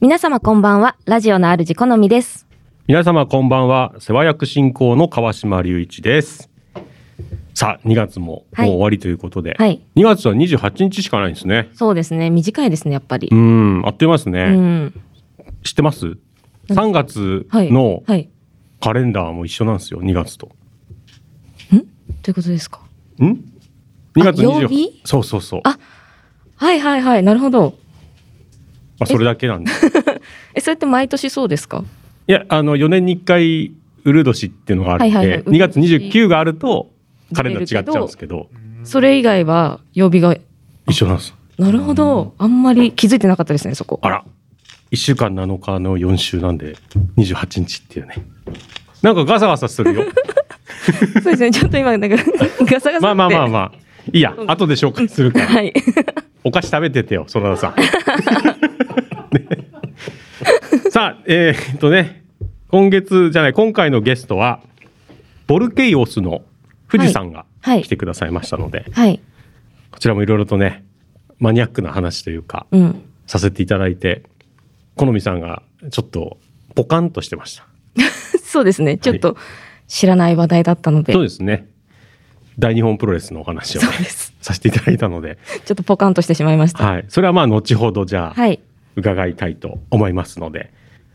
皆様こんばんは。ラジオの主好みです。皆様こんばんは世話役進行の川島隆一ですさあ2月ももうはい終わりということで、はい2月は28日しかないんですねそうですね。短いですね、やっぱりう。んあっという間ですね、うん。知ってます3月はい。のはい。カレンダーも一緒なんですよ2月とということですか。ん ?2 月あ曜28日そうそうそうあはいはいはい。なるほど。まあ、それだけなんでえ、それって毎年そうですか いやあの4年に1回ウル年っていうのがあって、はいはいはい2月29があるとカレンダー違っちゃうんですけどそれ以外は曜日が、一緒なんですなるほど。あんまり気づいてなかったですね、そこ。あら、1週間7日の4週なんで、28日っていうね。なんかガサガサす るよ。そうですね。ちょっと今、 なんか、ガサガサって。まあまあまあまあ。いいや、うん後で紹介するから。はい。お菓子食べててよ、園田さん。 ねさあ、えーっとね、今月じゃない、今回のゲストは、ボルケイオスの富士山がはい来てくださいましたので、はい。こちらもいろいろとね、マニアックな話というか、うん。させていただいて、好みさんがちょっとポカンとしてました。そうですね。ちょっと知らない話題だったので。そうですね。大日本プロレスのお話をね、そうですさせていただいたので、ちょっとポカンとしてしまいました。はい。それはまあ、後ほどじゃあ、はい。伺いたいと思いますので、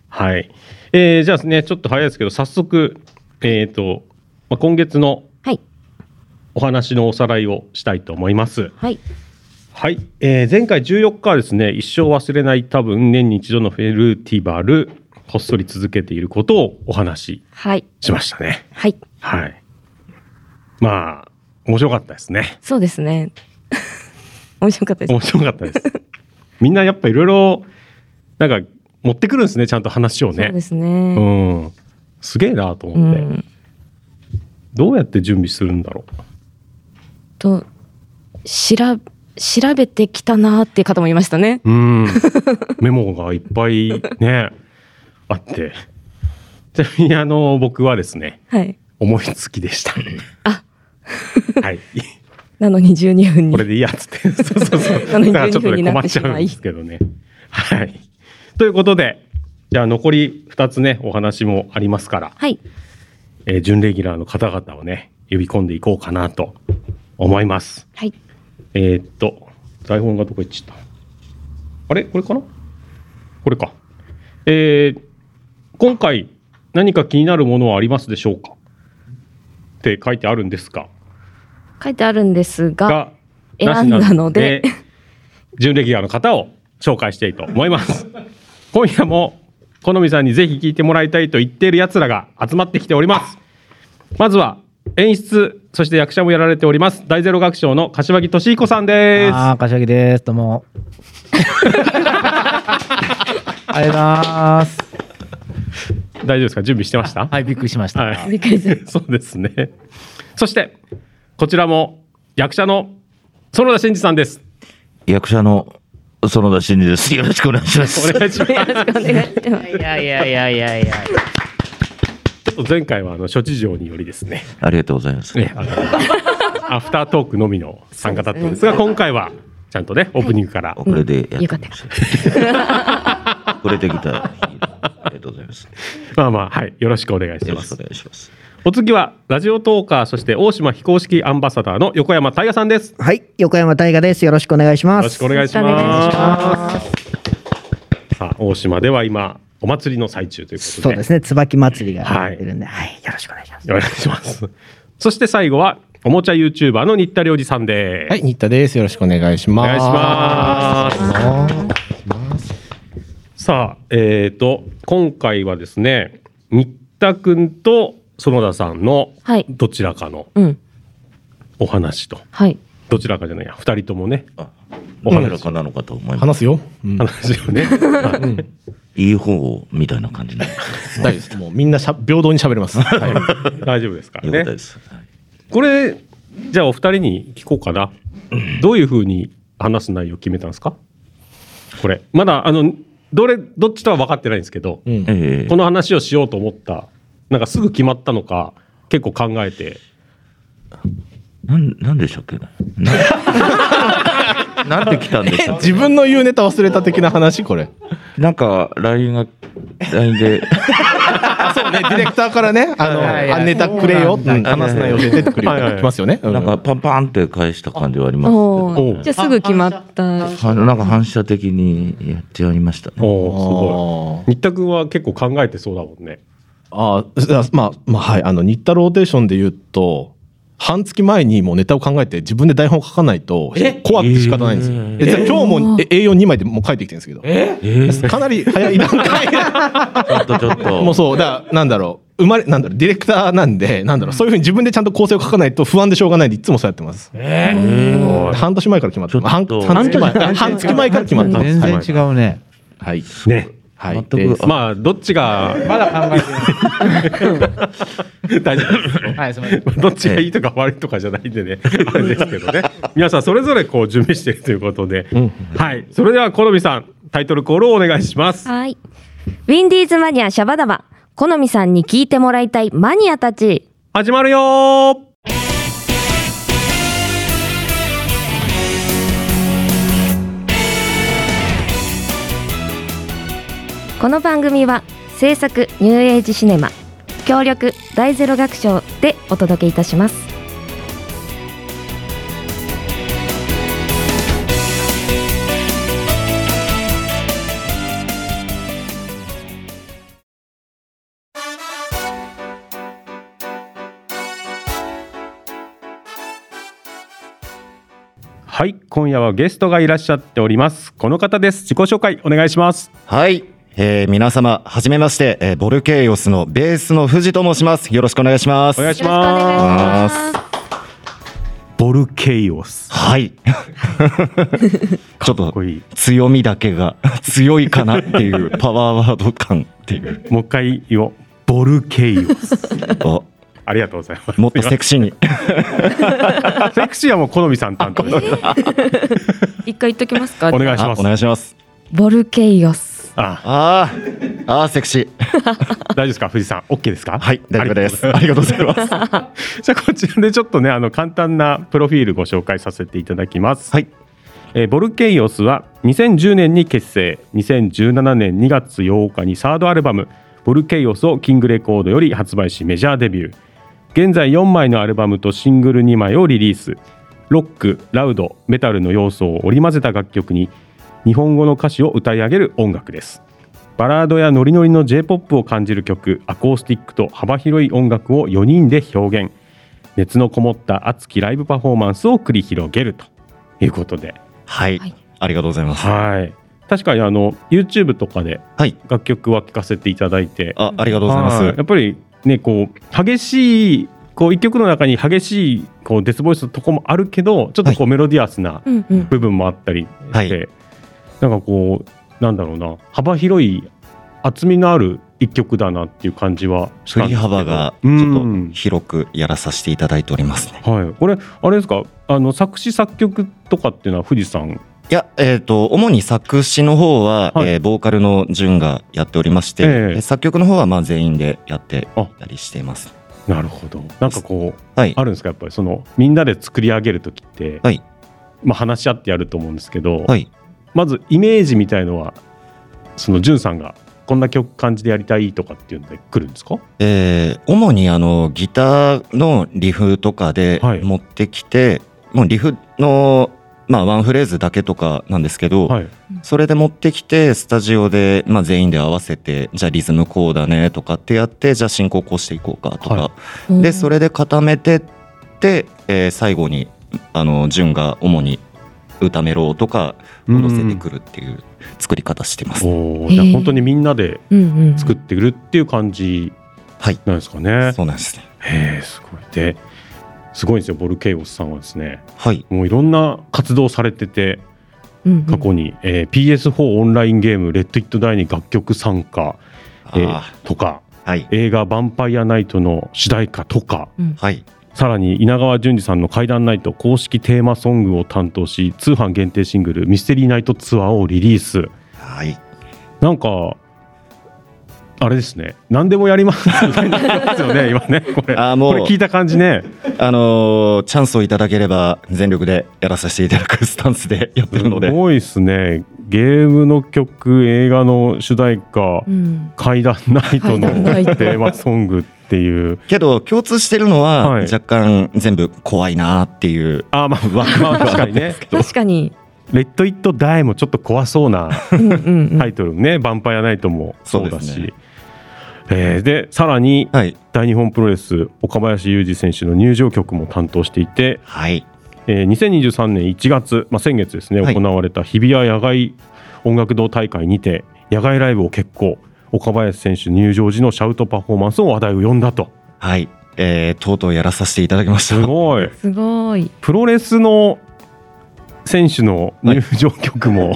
はい。えーじゃあね、ちょっと早いですけど、早速、えっ、と、まあ、今月のはい。お話のおさらいをしたいと思います。はい。はい、えー前回14日はですね一生忘れない多分年に一度のフェルティバルこっそり続けていることをお話はい。ししましたねはい。はいまあ面白かったですねそうです ね。面白かったです。面白かったです みんなやっぱいろいろなんか持ってくるんですねちゃんと話をそうでねすうね。んすげえなとう思って、ん。どうやって準備するんだろうと、しら、調べてきたなーっていう方もいましたね。うん メモがいっぱいねあってちなみにあの僕はですねはい。思いつきでした。あはい。なのに12分に。これでいいやっつって。 そうそうそう。なのにだからちょっと12ね、にな困っってちしゃうんまでいすけどね。はい。ということで、じゃあ残り2つね、お話もありますから、はい。えー準レギュラーの方々をね、呼び込んでいこうかなと思います。はい。えーっと、台本がどこ行っちゃったあれこれかなこれか。えー今回何か気になるものはありますでしょうかって書いてあるんですが、書いてあるんですが、が選んだのでなしなの準レギュラーの方を紹介したいと思い ます。今夜も好みさんにぜひ聞いてもらいたいと言っている奴らが集まってきております。まずは演出そして役者もやられております大ゼロ学長の柏木俊彦さんです。ああ、柏木です。どう も。ありがとうございます。大丈夫ですか準備してましたはい、びっくりしました。はい びっくりする。そうですね。そしてこちらも役者の園田真二さんです。役者の園田真二です。よろしくお願いし ます。お願いしま よろしくお願いします。いやいやいやいやいや。す。前回はあの諸事情によりですね。ありがとうございます。ね、あ のアフタートークのみの参加だったんですが、今回はちゃんとね、オープニングから。遅れでやよっかてったます。遅れてきた。ありがとうございます。まあまあ、はい、よろしくお願いしよまろしくおす。願いします。お次は、ラジオトーカー、そして大島非公式アンバサダーの横山大我さんです。よはい、横山大河です。よろしくお願いします。ろしくお願いしよろしくお願いします。さあ、大島では今、お祭りの最中ということで。そうですね、椿祭りがやってるんで、はい、よろしくお願いします。お願いします。そして最後は、おもちゃ YouTuber の新田良二さんです。はい、新田です。よろしくお願いしおます。願いします。さあ、えっ、と、今回はですね、新田くんと園田さんのはいどちらかのうん。お話と、はい。どちらかじゃないや、二人ともね、あ、おお話話かなのかと思います。話すよ。うん、大話を ね、はいいい方みたいな感じになりま丈夫です。もうみんなしゃ平等に喋れます。は大丈夫ですかす。よらかったねで。す。はいこれ、じゃあお二人に聞こうかな。どういうふうに話す内容を決めたんですかこれ。まだ、あの、どれ、どっちとは分かってないんですけど、い。うん。ええこの話をしようと思った、なんかすぐ決まったのか、結構考えて、なん、なんでしたっけな。ななんで来たんでしたっけ自分の言うネタ忘れた的な話これ。 なんか、LINE が、LINE で、あそうねディレクターからねあのはいはいあネタくれよってんだ話す内容で出てくるよはいはい来ますよね。うなんかパンパンって返した感じはありますけおど。お。じゃあすぐ決まった。あのなんか反射的にやってやりましたね。おお、すごい。新田君は結構考えてそうだもんね。ああまあまあはいあの新田ローテーションで言うと半月前にもうネタを考えて自分で台本を書かないと怖くて仕方ないんですよ。ええじゃあ今日もえ A42 枚でもう書いてきてるんですけど、えー、ちかなり早い段階ょっとちょっと。もうそうだからなんだろう生まれなんだろうディレクターなんでなんだろうそういうふうに自分でちゃんと構成を書かないと不安でしょうがないんでいつもそうやってます。おー半年前から決まってちょっと半半月前あ半月前から決まったんです全然違うね。はい。ね。はい。全でくまあ、どっちが、まだ考えて ない。大丈夫ですはい、すみません。どっちがいいとか悪いとかじゃないんでね、あれですけどね。皆さんそれぞれこう準備しているということで。はい。それでは、好みさん、タイトルコールをお願いします。はい。ウィンディーズマニアシャバダバ。好みさんに聞いてもらいたいマニアたち。始まるよーこの番組は制作ニューエイジシネマ協力大ゼロ学賞でお届けいたします。はい。今夜はゲストがいらっしゃっております。この方です。自己紹介お願いします。はい、えー皆様はじめまして、えーボルケイオスのベースの藤と申しますよろしくお願いしますお願いしよろしくお願いしまます。す。ボルケイオス。はい ちょっとこいい。強みだけが強いかなって いうパワーワード感っていうもう一回言おう。ボルケイオ ス。おありがとうございます。もっとセクシーにセクシーはもう好みさん担当です。一回言っときますかお願いしあまおす。願いしますボルケイオス。ああーあーセクシー大丈夫ですか藤井さん。オッケーですか。はい大丈夫ですあありがとうございますりじゃあこちらでちょっとねあの簡単なプロフィールご紹介させていただきます。はいえーボルケイオスは2010年に結成2017年2月8日にサードアルバム「ボルケイオス」をキングレコードより発売しメジャーデビュー現在4枚のアルバムとシングル2枚をリリースロックラウドメタルの要素を織り交ぜた楽曲に日本語の歌詞を歌い上げる音楽ですバラードやノリノリの J-POP を感じる曲アコースティックと幅広い音楽を4人で表現熱のこもった熱きライブパフォーマンスを繰り広げるということではい、ありがとうございますははい。確かにあの YouTube とかでい楽曲は聴かせていただいて、あありがとうございますはいやっぱりねこう激しいこう一曲の中に激しいこうデスボイスのとこもあるけど、ちょっとこうメロディアスなうんうん。部分もあったりして、はいなんかこうなんだろうな幅広い厚みのある一曲だなっていう感じはし振たんりですけど幅がちょっうとん広くやらさせていただいておりますねはい、これあれですかあの作詞作曲とかっていうのは富士山いや、えっ、と、主に作詞の方は、はいえーボーカルの潤がやっておりまして、ええで作曲の方はまあ全員でやってあたりしています。なるほどなんかこうはいあ。るんですかやっぱりそのみんなで作り上げる時って、はいまあ、話し合ってやると思うんですけど、はい。まずイメージみたいのはそのんさんがこんな曲感じでやりたいとかっていうので来るんですかえー主にあの、ギターのリフとかではい持ってきて、もうリフの、まあ、ワンフレーズだけとかなんですけど、はい、それで持ってきて、スタジオで、まあ、全員で合わせて、じゃあリズムこうだねとかってやって、じゃあ進行こうしていこうかとか、はでそれで固めてって、えー最後にあの順が主に歌メロとか戻せてくるっていう作り方してます。おーじゃあへー本当にみんなでうんうん。作ってくるっていう感じはいなんですかね。そうなんですね。へーすごいですごいんですよボルケイオスさんはですねはい。もういろんな活動されててうんうん過去に、えー PS4 オンラインゲーム「レッド・イット・ダイ」に楽曲参加、えーあとかーはい映画「ヴァンパイアナイト」の主題歌とかはいさらに稲川淳二さんの「怪談ナイト」公式テーマソングを担当し通販限定シングル「ミステリーナイトツアー」をリリースはい。なんかあれですね何でもやりますみたいになってます よね今ねこれあーもうこれ聞いた感じねあのーチャンスをいただければ全力でやらさせていただくスタンスでやってるのですごいですねゲームの曲映画の主題歌、うん怪談ナイトの怪談ナイトテーマソングっていうけど共通してるのははい若干全部怖いなっていう、あーまあまあまあ確か にね確かに。 「レッド・イット・ダイ」もちょっと怖そうなうんうんうんタイトルね「ヴァンパイア・ナイト」もそうだそしうですえーでさらにはい大日本プロレス岡林裕二選手の入場曲も担当していて、はいえー2023年1月、まあ、先月ですね、はい行われた日比谷野外音楽堂大会にて野外ライブを決行岡林選手入場時のシャウトパフォーマンスを話題を呼んだ とはい、えーとうとうやらさせていただきましたすごいすごい。プロレスの選手の入場曲 も、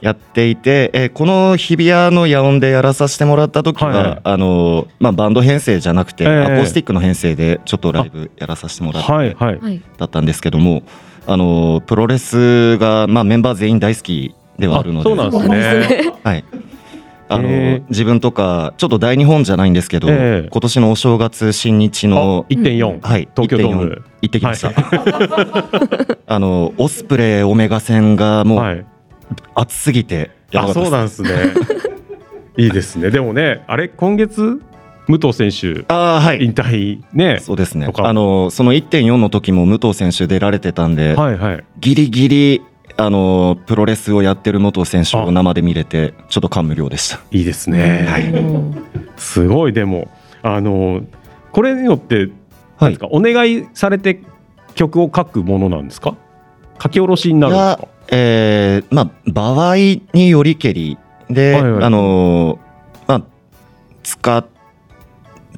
やっていて、えーこの日比谷の野音でやらさせてもらった時は、はいはいあのーまあ、バンド編成じゃなくて、ええアコースティックの編成でちょっとライブやらさせてもらっはいてはいはい。だったんですけども、あのープロレスが、まあ、メンバー全員大好きではあるのでそうなんですね。はい。あの、へー自分とかちょっと大日本じゃないんですけど、ええ今年のお正月新日あの1.4、はい東京ドー1.4ム行ってきました、 あのオスプレイオメガ戦がもはうい、熱すぎてやばかあったそうです、なんですね いいですねでもねあれ今月武藤選手あーはい引退ね そうですねとかあのその1.4の時も武藤選手出られてたんで、はいはいギリギリあのプロレスをやってる武藤選手を生で見れてちょっと感無量でしたいいですね、すごいでもあのこれによってなんですか、お願いされて曲を書くものなんですか書き下ろしになるんですかえーまあ場合によりけりで、はいはいあのーまあ使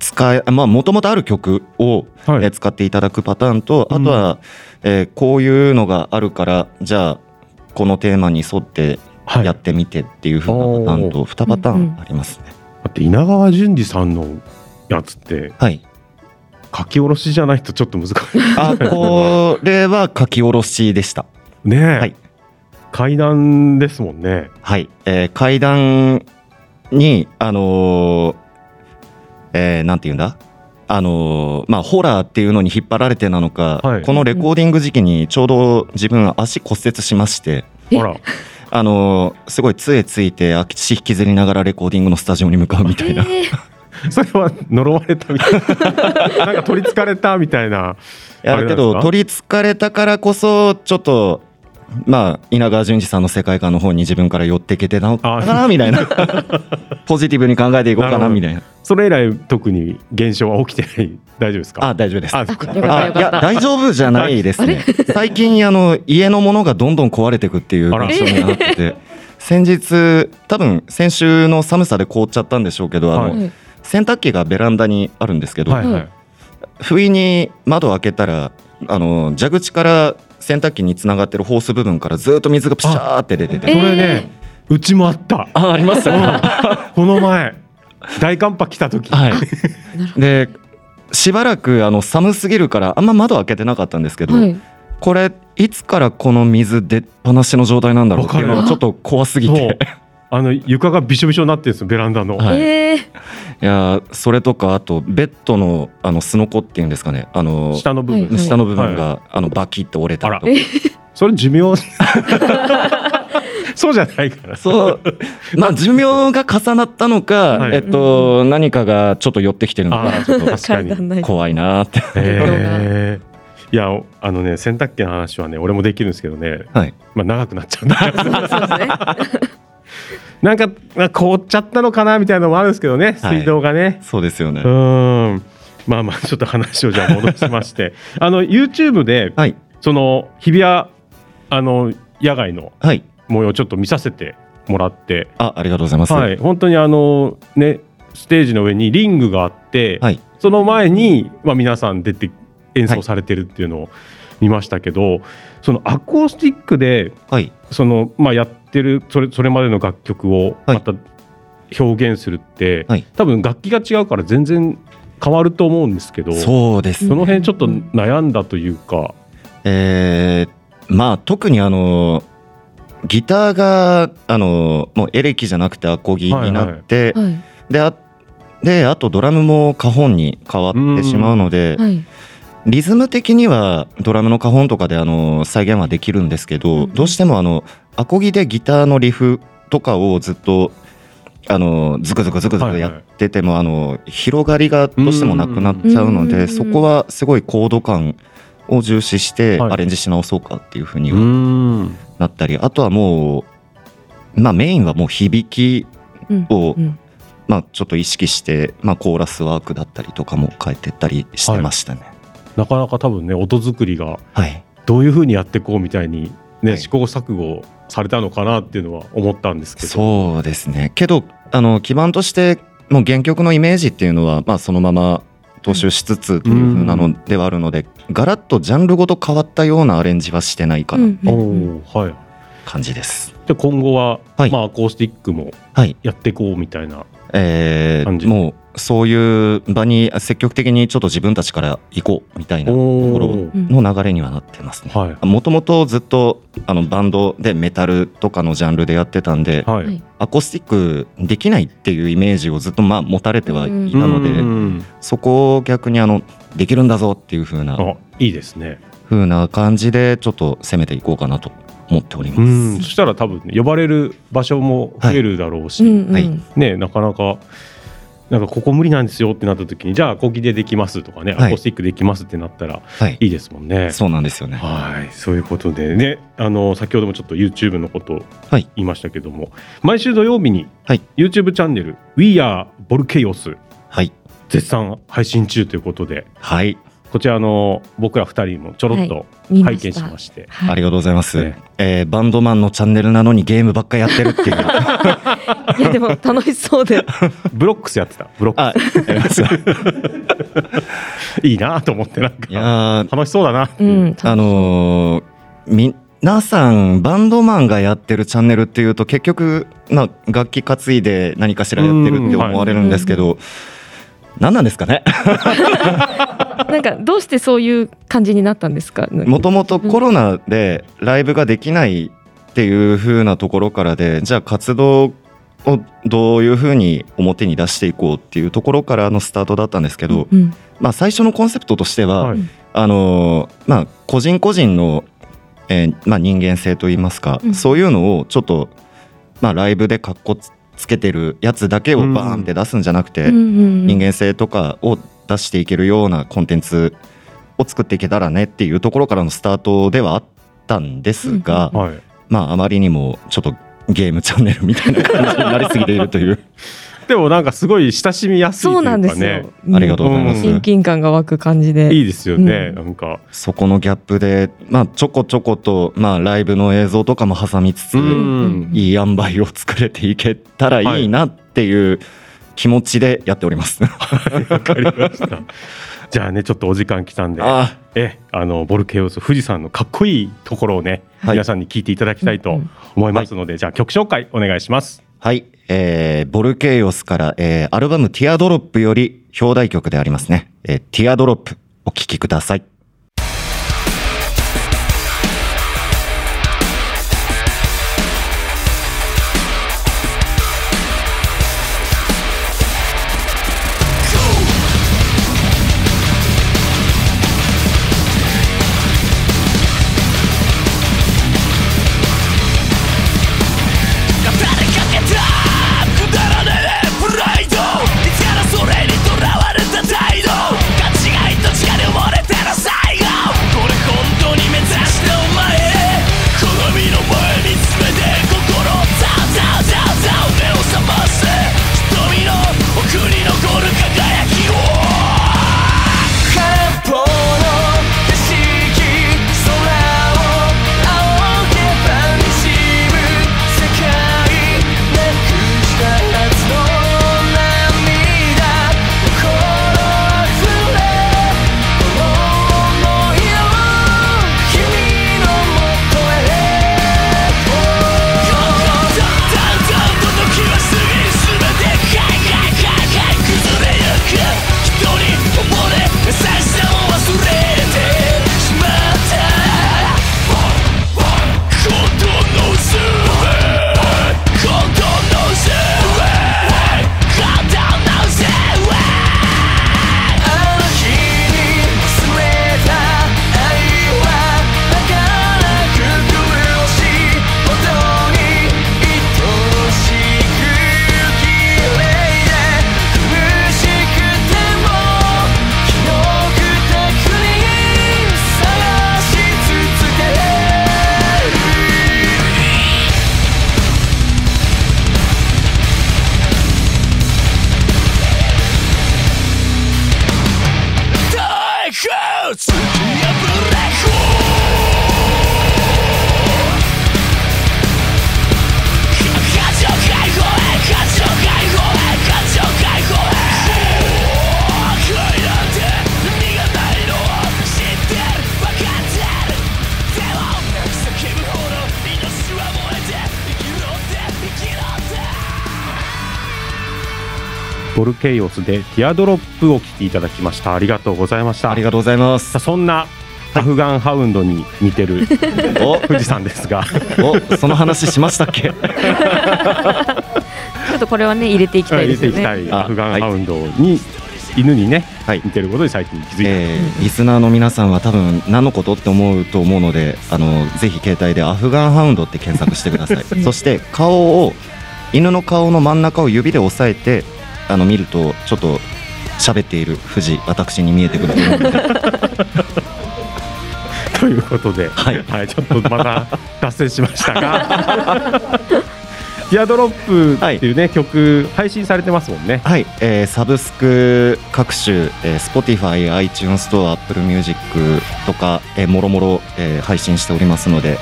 使えまあもともとある曲を、はいえー使っていただくパターンとうんあとは、えーこういうのがあるからじゃあこのテーマに沿ってはいやってみてっていう風なパターンと2パターンありますね。だって稲川淳二さんのやつって はい、書き下ろしじゃないとちょっと難しあこれは書き下ろしでした。いねえ、はい階段ですもんねはい、えー階段にあのーえーなんて言うんだあのーまあホラーっていうのに引っ張られてなのか、はいこのレコーディング時期にちょうど自分足骨折しましてえほらあのーすごい杖ついて足引きずりながらレコーディングのスタジオに向かうみたいな、えー それは呪われたみたい ななんか取りつかれたみたいなやるけあれなんですどか取りつかれたからこそちょっとまあ稲川淳二さんの世界観の方に自分から寄っていけてなのかなみた いなポジティブに考えていこうかなみたいなそれ以来特に現象は起きてない大丈夫ですかあ大丈夫ですあそっかよかったよあいかやった。大丈夫じゃないですね。最近あの家のものがどんどん壊れていくっていうあら現象になってて、先日多分先週の寒さで凍っちゃったんでしょうけど、あのは洗濯機がベランダにあるんですけど、はいはい不意に窓を開けたらあの蛇口から洗濯機につながってるホース部分からずっと水がプシャーって出てそて、れね、うちもあったあありましうんこの前大寒波来た時、はい。 でしばらくあの寒すぎるからあんま窓開けてなかったんですけど。はい。これいつからこの水出っ放しの状態なんだろうっていうのわかがるちょっと怖すぎそうてあの床がびしょびしょになってるんですよベランダの、はいえーいやーそれとかあとベッドのあのすのこっていうんですかねあの下の部は分、い下の部分が、あのバキッと折れたりとかそれ寿 命そうじゃないからそう まあ寿命が重なったのか、はいえっと何かがちょっと寄ってきてるのあかーちょっと確かに階段ない 怖いなーってえーいやあのね洗濯機の話はね俺もできるんですけどね、はいまあ、長くなっちゃうんだそうですね。なんかなんか凍っちゃったのかなみたいなのもあるんですけどねはい水道がね、そうですよねうーんまあまあちょっと話をじゃあ戻しましてあの YouTube ではいその日比谷あの野外のはい模様をちょっと見させてもらって、あありがとうございますはい、本当にあのねステージの上にリングがあって、はいその前に、まあ、皆さん出て演奏されてるっていうのを見ましたけど、そのアコースティックではいその、まあ、やってるそれそれまでの楽曲をはいまた表現するって、はい多分楽器が違うから全然変わると思うんですけどそそうですの辺ちょっと悩んだというか、えーまあ特にあのギターがあのもうエレキじゃなくてアコギになって、はいであであとドラムもカホンに変わってしまうので、はいリズム的にはドラムのカホンとかであの再現はできるんですけうど、んどうしてもあのアコギでギターのリフとかをずっとあのズクズクズクズはクいやはいってても、あの広がりがどうしてもなくなっちゃうので、うんそこはすごいコード感を重視してはいアレンジし直そうかっていうふうにうはんなったり、あとはもう、まあ、メインはもう響きうんを、うんまあ、ちょっと意識して、まあ、コーラスワークだったりとかも変えてったりしてましたね。なかなか多分ね音作りがはい、どういうふうにやっていこうみたいに、ねはい試行錯誤されたのかなっていうのは思ったんですけどそうですねけどあの基盤としてもう原曲のイメージっていうのは、まあ、そのまま踏襲しつつというふうなのではあるので、ガラッとジャンルごと変わったようなアレンジはしてないかうなんうんうんおーはい感じです。で今後は、はいまあ、アコースティックもはい、やっていこうみたいなえ感じー、もうそういう場に積極的にちょっと自分たちから行こうみたいなところーの流れにはなってますね。はもともとずっとあのバンドでメタルとかのジャンルでやってたんでい、はい、はいアコースティックできないっていうイメージをずっとまあ持たれてはいたのうでんそこを逆にあのできるんだぞっていう風なあいいですね風な感じでちょっと攻めていこうかなと思っておりうまんす。そしたら多分ね、呼ばれる場所も増えるだろうし、うんうんはいねなかなかなんかここ無理なんですよってなった時にじゃあアコギでできますとかね、はいアコースティックできますってなったらはい、いいですもんね。そうなんですよね。はい、そういうことでね、あの先ほどもちょっと YouTube のことをはい言いましたけども、毎週土曜日にはい YouTube チャンネル「We Are Volcanoes はい、」絶賛配信中ということで、はい、こちらあの僕ら二人もちょろっと見ま拝し見したまして、ありがとうございます、ねえーバンドマンのチャンネルなのにゲームばっかやってるっていういやでも楽しそうでブロックスやってた、ブロッあクスいいなと思ってなんいかやー楽しそうだな。うんあのー皆さんバンドマンがやってるチャンネルっていうと結局、まあ、楽器担いで何かしらやってるって思われるんですけど、何なんですかねなんかどうしてそういう感じになったんですかもともとコロナでライブができないっていう風なところからでじゃあ活動をどういう風に表に出していこうっていうところからのスタートだったんですけど、うんまあ、最初のコンセプトとしては、はいあのーまあ、個人個人の、えーまあ、人間性といいますか、うんそういうのをちょっと、まあ、ライブでかっこつつけてるやつだけをバーンって出すんじゃなくて、うんうん人間性とかを出していけるようなコンテンツを作っていけたらねっていうところからのスタートではあったんですが、はい、まあ、あまりにもちょっとゲームチャンネルみたいな感じになりすぎているというでもなんかすごい親しみやすいそとういなんうでかすねよ、うんありがとうございます。うん親近感が湧く感じでいいですよね、うんなんかそこのギャップで、まあ、ちょこちょこと、まあ、ライブの映像とかも挟みつつ、うんいい塩梅を作れていけたらいいなっていう気持ちでやっております。わかりましたじゃあねちょっとお時間来たんで あえあのボルケオス富士山のかっこいいところをね、はい皆さんに聞いていただきたいと思いますので、じゃあ曲紹介お願いしますはい、えーボルケイオスから、えーアルバム「ティアドロップ」より表題曲でありますね「えーティアドロップ」お聴きください。プライドいつからそれにとらわれた態度勘違いと力に埋もれてるさボルケイオスでティアドロップを聴きいただきましたありがとうございましたありがとうございますさあそんなアフガンハウンドに似てるお富士山ですがおその話しましたっけちょっとこれはね入れていきたい入でれすてよいきたね。いあアフガンハウンドに犬にね はい似てることに最近気づいてえーリスナーの皆さんは多分何のことって思うと思うのであのぜひ携帯で「アフガンハウンド」って検索してくださ いそして顔を犬の顔の真ん中を指で押さえてあの見るとちょっと喋っている富士私に見えてくると思うのでということで、はいちょっとま た達成しましたが。ティアドロップっていうね、曲配信されてますもんね。はい、えーサブスク各種、えー、Spotify、iTunes ストア、Apple Music とか、えーもろもろ、えー配信しておりますので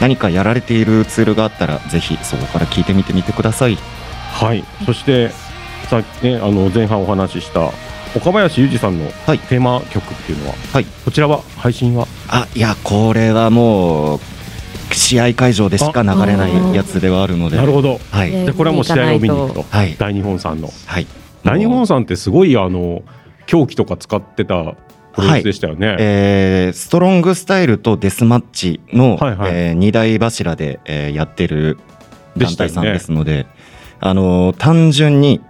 何かやられているツールがあったらぜひそこから聞いてみてみてくださいはい。そしてさっきねあの前半お話しした岡林裕二さんのはいテーマ曲っていうのは、はいこちらは配信はあいやこれはもう試合会場でしか流れないやつではあるのでなるほど。はい、えじゃあこれはもう試合を見に行くと。はい大日本さんのはい大日本さんってすごいあの狂気とか使ってたプロレスでしたよね。えーストロングスタイルとデスマッチの、はいはいえ2大柱で、えーやってるで団したよ体ねさんですのであのー単純に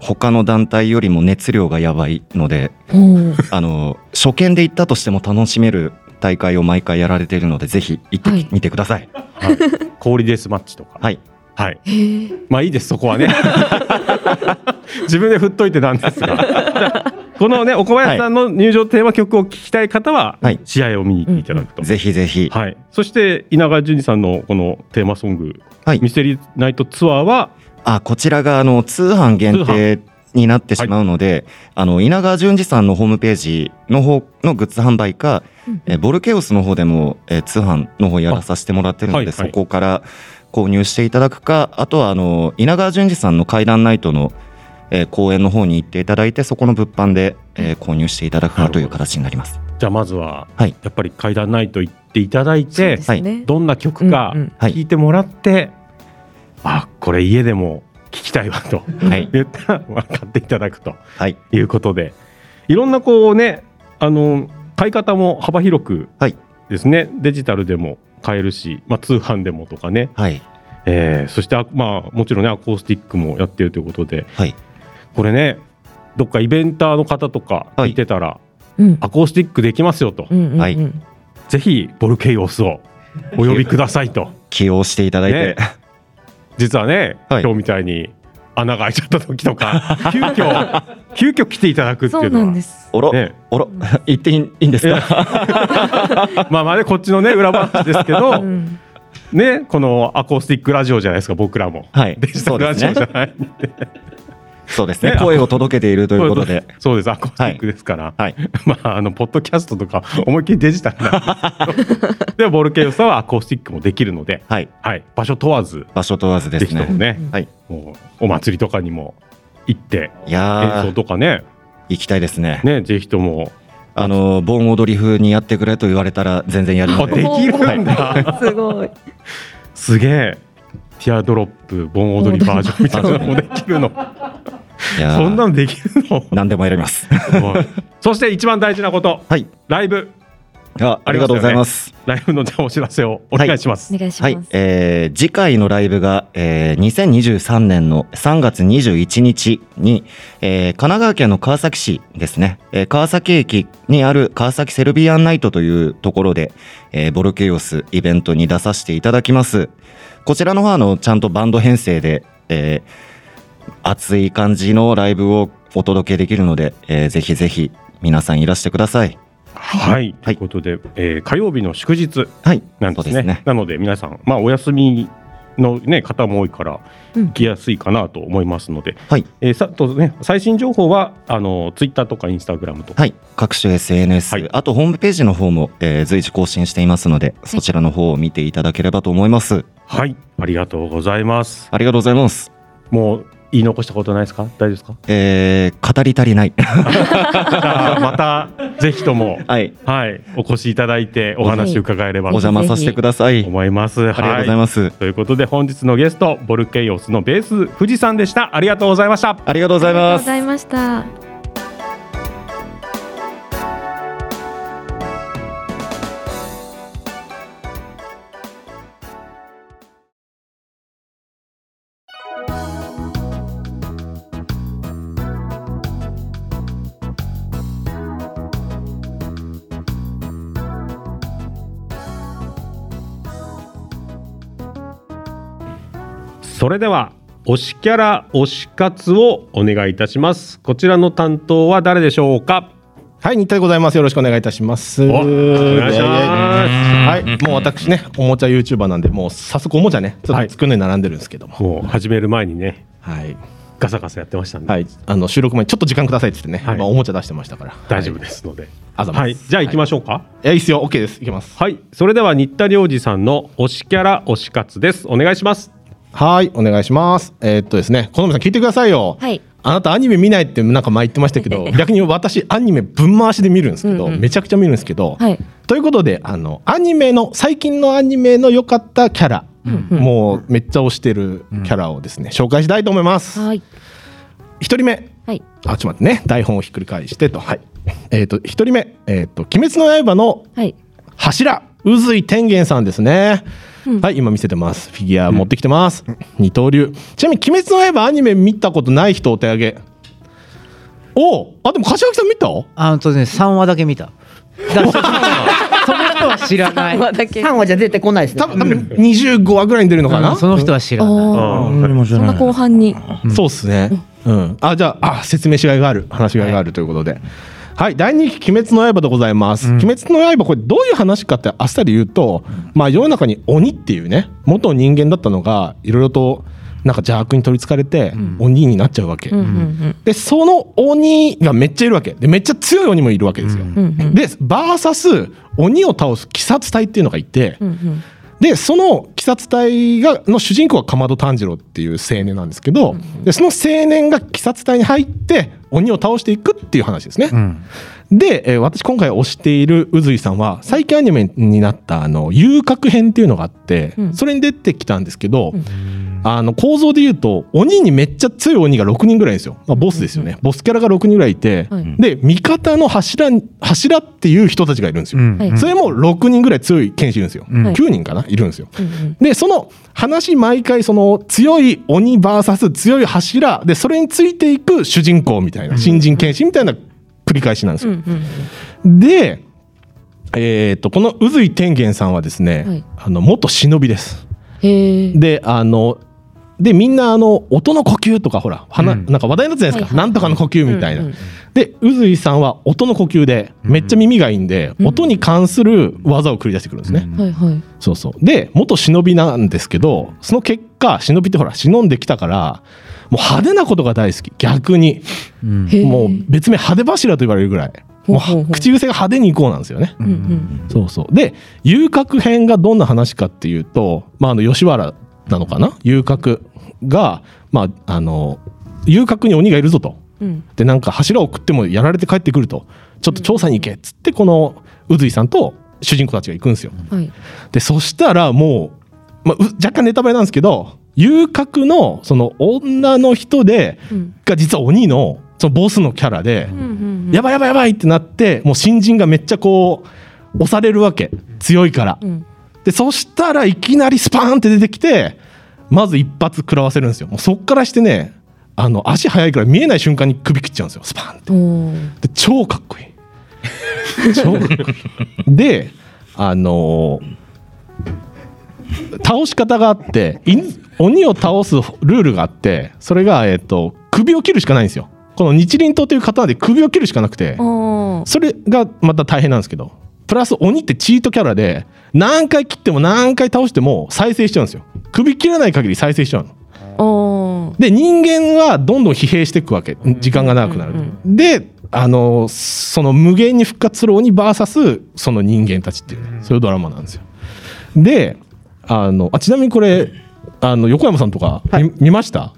他の団体よりも熱量がやばいので、あのー初見で行ったとしても楽しめる大会を毎回やられているのでぜひ行ってはいみてください。はい、氷デスマッチとか。はい。はい。まあいいです、そこはね。 自分で振っといてなんですが。このね、岡林さんの入場テーマ曲を聴きたい方は、はい試合を見に行っていただくと。ぜひぜひ、はい。そして、稲川淳二さんのこのテーマソング、はいミステリーナイトツアーは、あこちらがあの通販限定になってしまうので、あの稲川淳二さんのホームページの方のグッズ販売か、えボルケオスの方でも、えー通販の方やらさせてもらってるあので、はいはいそこから購入していただくかあとはあの稲川淳二さんの怪談ナイトの、えー公演の方に行っていただいてそこの物販で、えー購入していただくなるかほどという形になります。じゃあまずは、はいやっぱり階段ナイト行っていただいて、そうですね。どんな曲かうんうんはい聴いてもらって、あ、これ家でも聴きたいわとはい、言ったら、まあ買っていただくと。はいということでいろんなこうねあの買い方も幅広くはいですね、デジタルでも買えるし、まあ、通販でもとかね、はいえーそしてあ、まあ、もちろんねアコースティックもやってるということではいこれねどっかイベンターの方とかは聞いいてたら、うんアコースティックできますよと、うんうんうんはいぜひボルケイオスをお呼びください と起用していただいて、実はね、はい今日みたいに穴が開いちゃった時と か急遽急遽来ていただくっていそううのなはんです。おろ、ねおろ 言っていいいいんですかまあまあねこっちのね裏話ですけど、 うんね、このアコースティックラジオじゃないですか、僕らも。はいデジタルラジオじゃない。そうですねね声を届けているということで。そうです、アコースティックですから。はい まあ、あの、ポッドキャストとか、思いっきりデジタルな んですけどでも、ボルケイさんはアコースティックもできるので、はい、はい、場所問わず、場所問わずでぜすひともね。ね、はい、もうお祭りとかにも行って、い演や奏ー、とかね、行きたいですね。ね、ぜひとも、あの盆踊り風にやってくれと言われたら、全然やるあ、のでで。きるんだ。すごい。すげえ。ティアドロップ、盆踊りバージョンみたいなのもできるの。いやーそんなのできるの。何でもやります。 そして一番大事なこと、はい、ライブ、 あ、ありがとうございます。ライブのじゃあお知らせをお願いします。お願いしはまいす、。えー次回のライブが、えー2023年の3月21日に、えー神奈川県の川崎市ですね、えー川崎駅にある川崎セルビアンナイトというところで、えーボルケイオスイベントに出させていただきます。こちらの方はあのちゃんとバンド編成で、えー熱い感じのライブをお届けできるので、えーぜひぜひ皆さんいらしてください。はい、ということで、えー火曜日の祝日はい、なんですね。そうですねなので皆さん、まあ、お休みの、ね、方も多いからうん行きやすいかなと思いますので、はいえーさと、ね、最新情報はあのツイッターとかインスタグラムとか、はい、各種 SNS、はいあとホームページの方も、えー随時更新していますので、そちらの方を見ていただければと思います。はいありがとうございます。ありがとうございます。もう言い残したことないですか大丈夫ですかえー語り足りない。じゃあ またぜひとも、はい。はい、お越しいただいてお話伺えれば おと邪魔させてください。あり思います。がとうございはます。いということで本日のゲストボルケイオスのベース富士山でしたありがとうございましたありがとうございありがとうまごす。ざいました。それでは推しキャラ推し活をお願いいたしますこちらの担当は誰でしょうかはい、日体ございます。よろしくお願いいたします。おお願いしますはい、もう私ね、おもちゃユーチューバーなんで、もう早速おもちゃね、ちょっと作るのに並んでるんですけども。もう始める前にねはい、ガサガサやってましたんで、はい、あの収録前にちょっと時間くださいって言ってね、はいまあおもちゃ出してましたから。大丈夫はいですので、はいありがとうございますじゃあ行きましょうかいや、いいっすよ、オッケーです、いけます。はい、それでは新田良二さんの推しキャラ推し活ですお願いしますはい、お願いします。えーっとですね、好みさん聞いてくださいよ。はいあなたアニメ見ないってなんか前言ってましたけど逆に私アニメぶん回しで見るんですけどうんうんめちゃくちゃ見るんですけど、はいということであのアニメの最近のアニメの良かったキャラ、もうめっちゃ推してるキャラをですね、紹介したいと思います。はい一人目はいあちょっと待ってね台本をひっくり返してとはいえっ、と一人目えっ、と「鬼滅の刃」のはい柱宇髄天元さんですね、はい今見せてますフィギュア持ってきてます、二刀流ちなみに「鬼滅の刃」アニメ見たことない人お手上げおうあでも柏木さん見たあのとね三話だけ見た。だからそこ はその人は知らない。だけ3話じゃ絶対来ないですね多。分多分25話ぐらいに出るのかな、うんその人は知らない。おーあれも知そらんなない後半にそうですね。うん。あ、じゃあ、あ、説明しがいがある、話しがいがあるということで。はい、大人気鬼滅の刃でございます。鬼滅の刃、これどういう話かってあっさり言うと、まあ世の中に鬼っていうね、元人間だったのが、いろいろと、なんか邪悪に取り憑かれて、鬼になっちゃうわけ。うんうんで、その鬼がめっちゃいるわけ。で、めっちゃ強い鬼もいるわけですよ。うんうんで、バーサス鬼を倒す鬼殺隊っていうのがいて、うんうんでその鬼殺隊がの主人公がかまど炭治郎っていう青年なんですけど、でその青年が鬼殺隊に入って鬼を倒していくっていう話ですね。うんで、えー私今回推している宇髄さんは最近アニメになったあの遊郭編っていうのがあって、うんそれに出てきたんですけど、うんあの構造で言うと鬼にめっちゃ強い鬼が6人ぐらいですよ、まあ、ボスですよね、ボスキャラが6人ぐらいいて、はいで味方の柱に柱っていう人たちがいるんですよ。うんはいそれも6人ぐらい強い剣士いるんですよ、うんはい9人かないるんですよ。うんうんでその話毎回その強い鬼 VS 強い柱でそれについていく主人公みたいな新人剣士みたいな繰り返しなんですうんよ。うんで、えー、とこの宇髄天元さんはですね、はいあの元忍びです。へえであのでみんなあの音の呼吸とかほら、花うんなんか話題になったじゃないですか、はいはいなんとかの呼吸みたいな。うんうんで宇髄さんは音の呼吸でめっちゃ耳がいいんで、音に関する技を繰り出してくるんですね。はいはいそうそう。で、元忍びなんですけど、その結果、忍びってほら、忍んできたから、もう派手なことが大好き。逆に。うんへえもう別名派手柱と言われるぐらい。もうはほうほうほう口癖が派手にいこうなんですよね。うんうんそうそう。で、遊郭編がどんな話かっていうと、まあ、あの、吉原なのかな遊郭が、まあ、あの、遊郭に鬼がいるぞと。うんでなんか柱を食ってもやられて帰ってくるとちょっと調査に行けっつってこの宇髄さんと主人公たちが行くんですよ。はいでそしたらもう、まあ、う若干ネタバレなんですけど遊郭のその女の人でうんが実は鬼のそのボスのキャラで、うんうんうんやばいやばいやばいってなってもう新人がめっちゃこう押されるわけ強いから。うんでそしたらいきなりスパーンって出てきてまず一発食らわせるんですよ。もうそっからしてねあの足速いから見えない瞬間に首切っちゃうんですよスパーンって。おーで超かっこいい超かっこいいであのー倒し方があって犬鬼を倒すルールがあってそれが、えっと首を切るしかないんですよこの日輪刀という刀で首を切るしかなくておーそれがまた大変なんですけどプラス鬼ってチートキャラで何回切っても何回倒しても再生しちゃうんですよ首切らない限り再生しちゃうのおーで人間はどんどん疲弊していくわけ時間が長くなる、うんうんであのその無限に復活する鬼 VS その人間たちっていうね、そういうドラマなんですよであのあちなみにこれあの横山さんとか見,、ました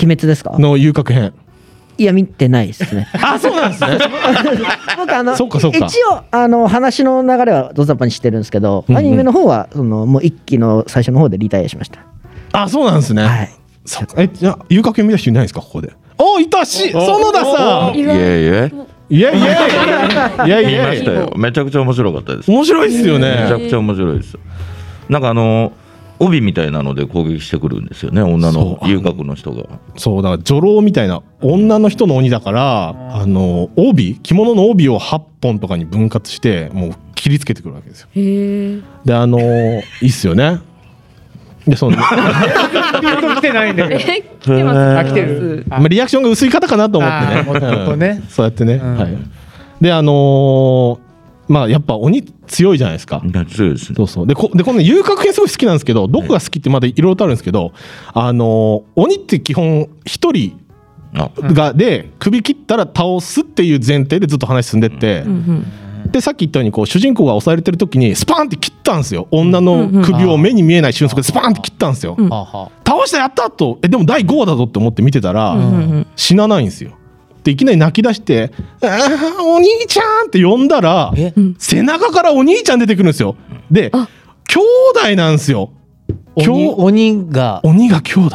鬼滅ですかの遊郭編。いや見てないですね あ、そうなんですね。僕あのそうかそうか一応あの話の流れはどざっぱにしてるんですけど、うんうんアニメの方はそのもう一期の最初の方でリタイアしました あ、そうなんですね。はいそっかえ、じゃあ遊郭編見た人いないですかここで。お、いたし、園田さん。意い外えいいやいやいやえ。い見やまいしたや。よ。めちゃくちゃ面白かったです。め面白いっすよちゃね。くちゃ面白いです。なんかあの帯みたいなので攻撃してくるんですよね。女のそう遊郭の人が。そうだから女郎みたいな女の人の鬼だから、あの帯着物の帯を8本とかに分割してもう切りつけてくるわけですよ。へえ。であのいいっすよね。でその来てないんだけど。来てます。あ、来てる。まあリアクションが薄い方かなと思ってねあーもっともっとねうんそうやってね、うんはいであのーまあやっぱ鬼強いじゃないですかいや強いですね。そうそうでこでこの遊郭編すごい好きなんですけどどこが好きってまだいろいろとあるんですけどあのー鬼って基本一人あ、がで首切ったら倒すっていう前提でずっと話進んでって、うんでさっき言ったようにこう主人公が押されてる時にスパーンって切ったんですよ女の首を目に見えない瞬足でスパーンって切ったんですよ、うんはあは倒したやったとえでも第5話だぞって思って見てたら、うんうん死なないんですよでいきなり泣き出して「あーお兄ちゃん!」って呼んだらえうん背中からお兄ちゃん出てくるんですよであ兄弟なんですよ鬼今日鬼が鬼が兄弟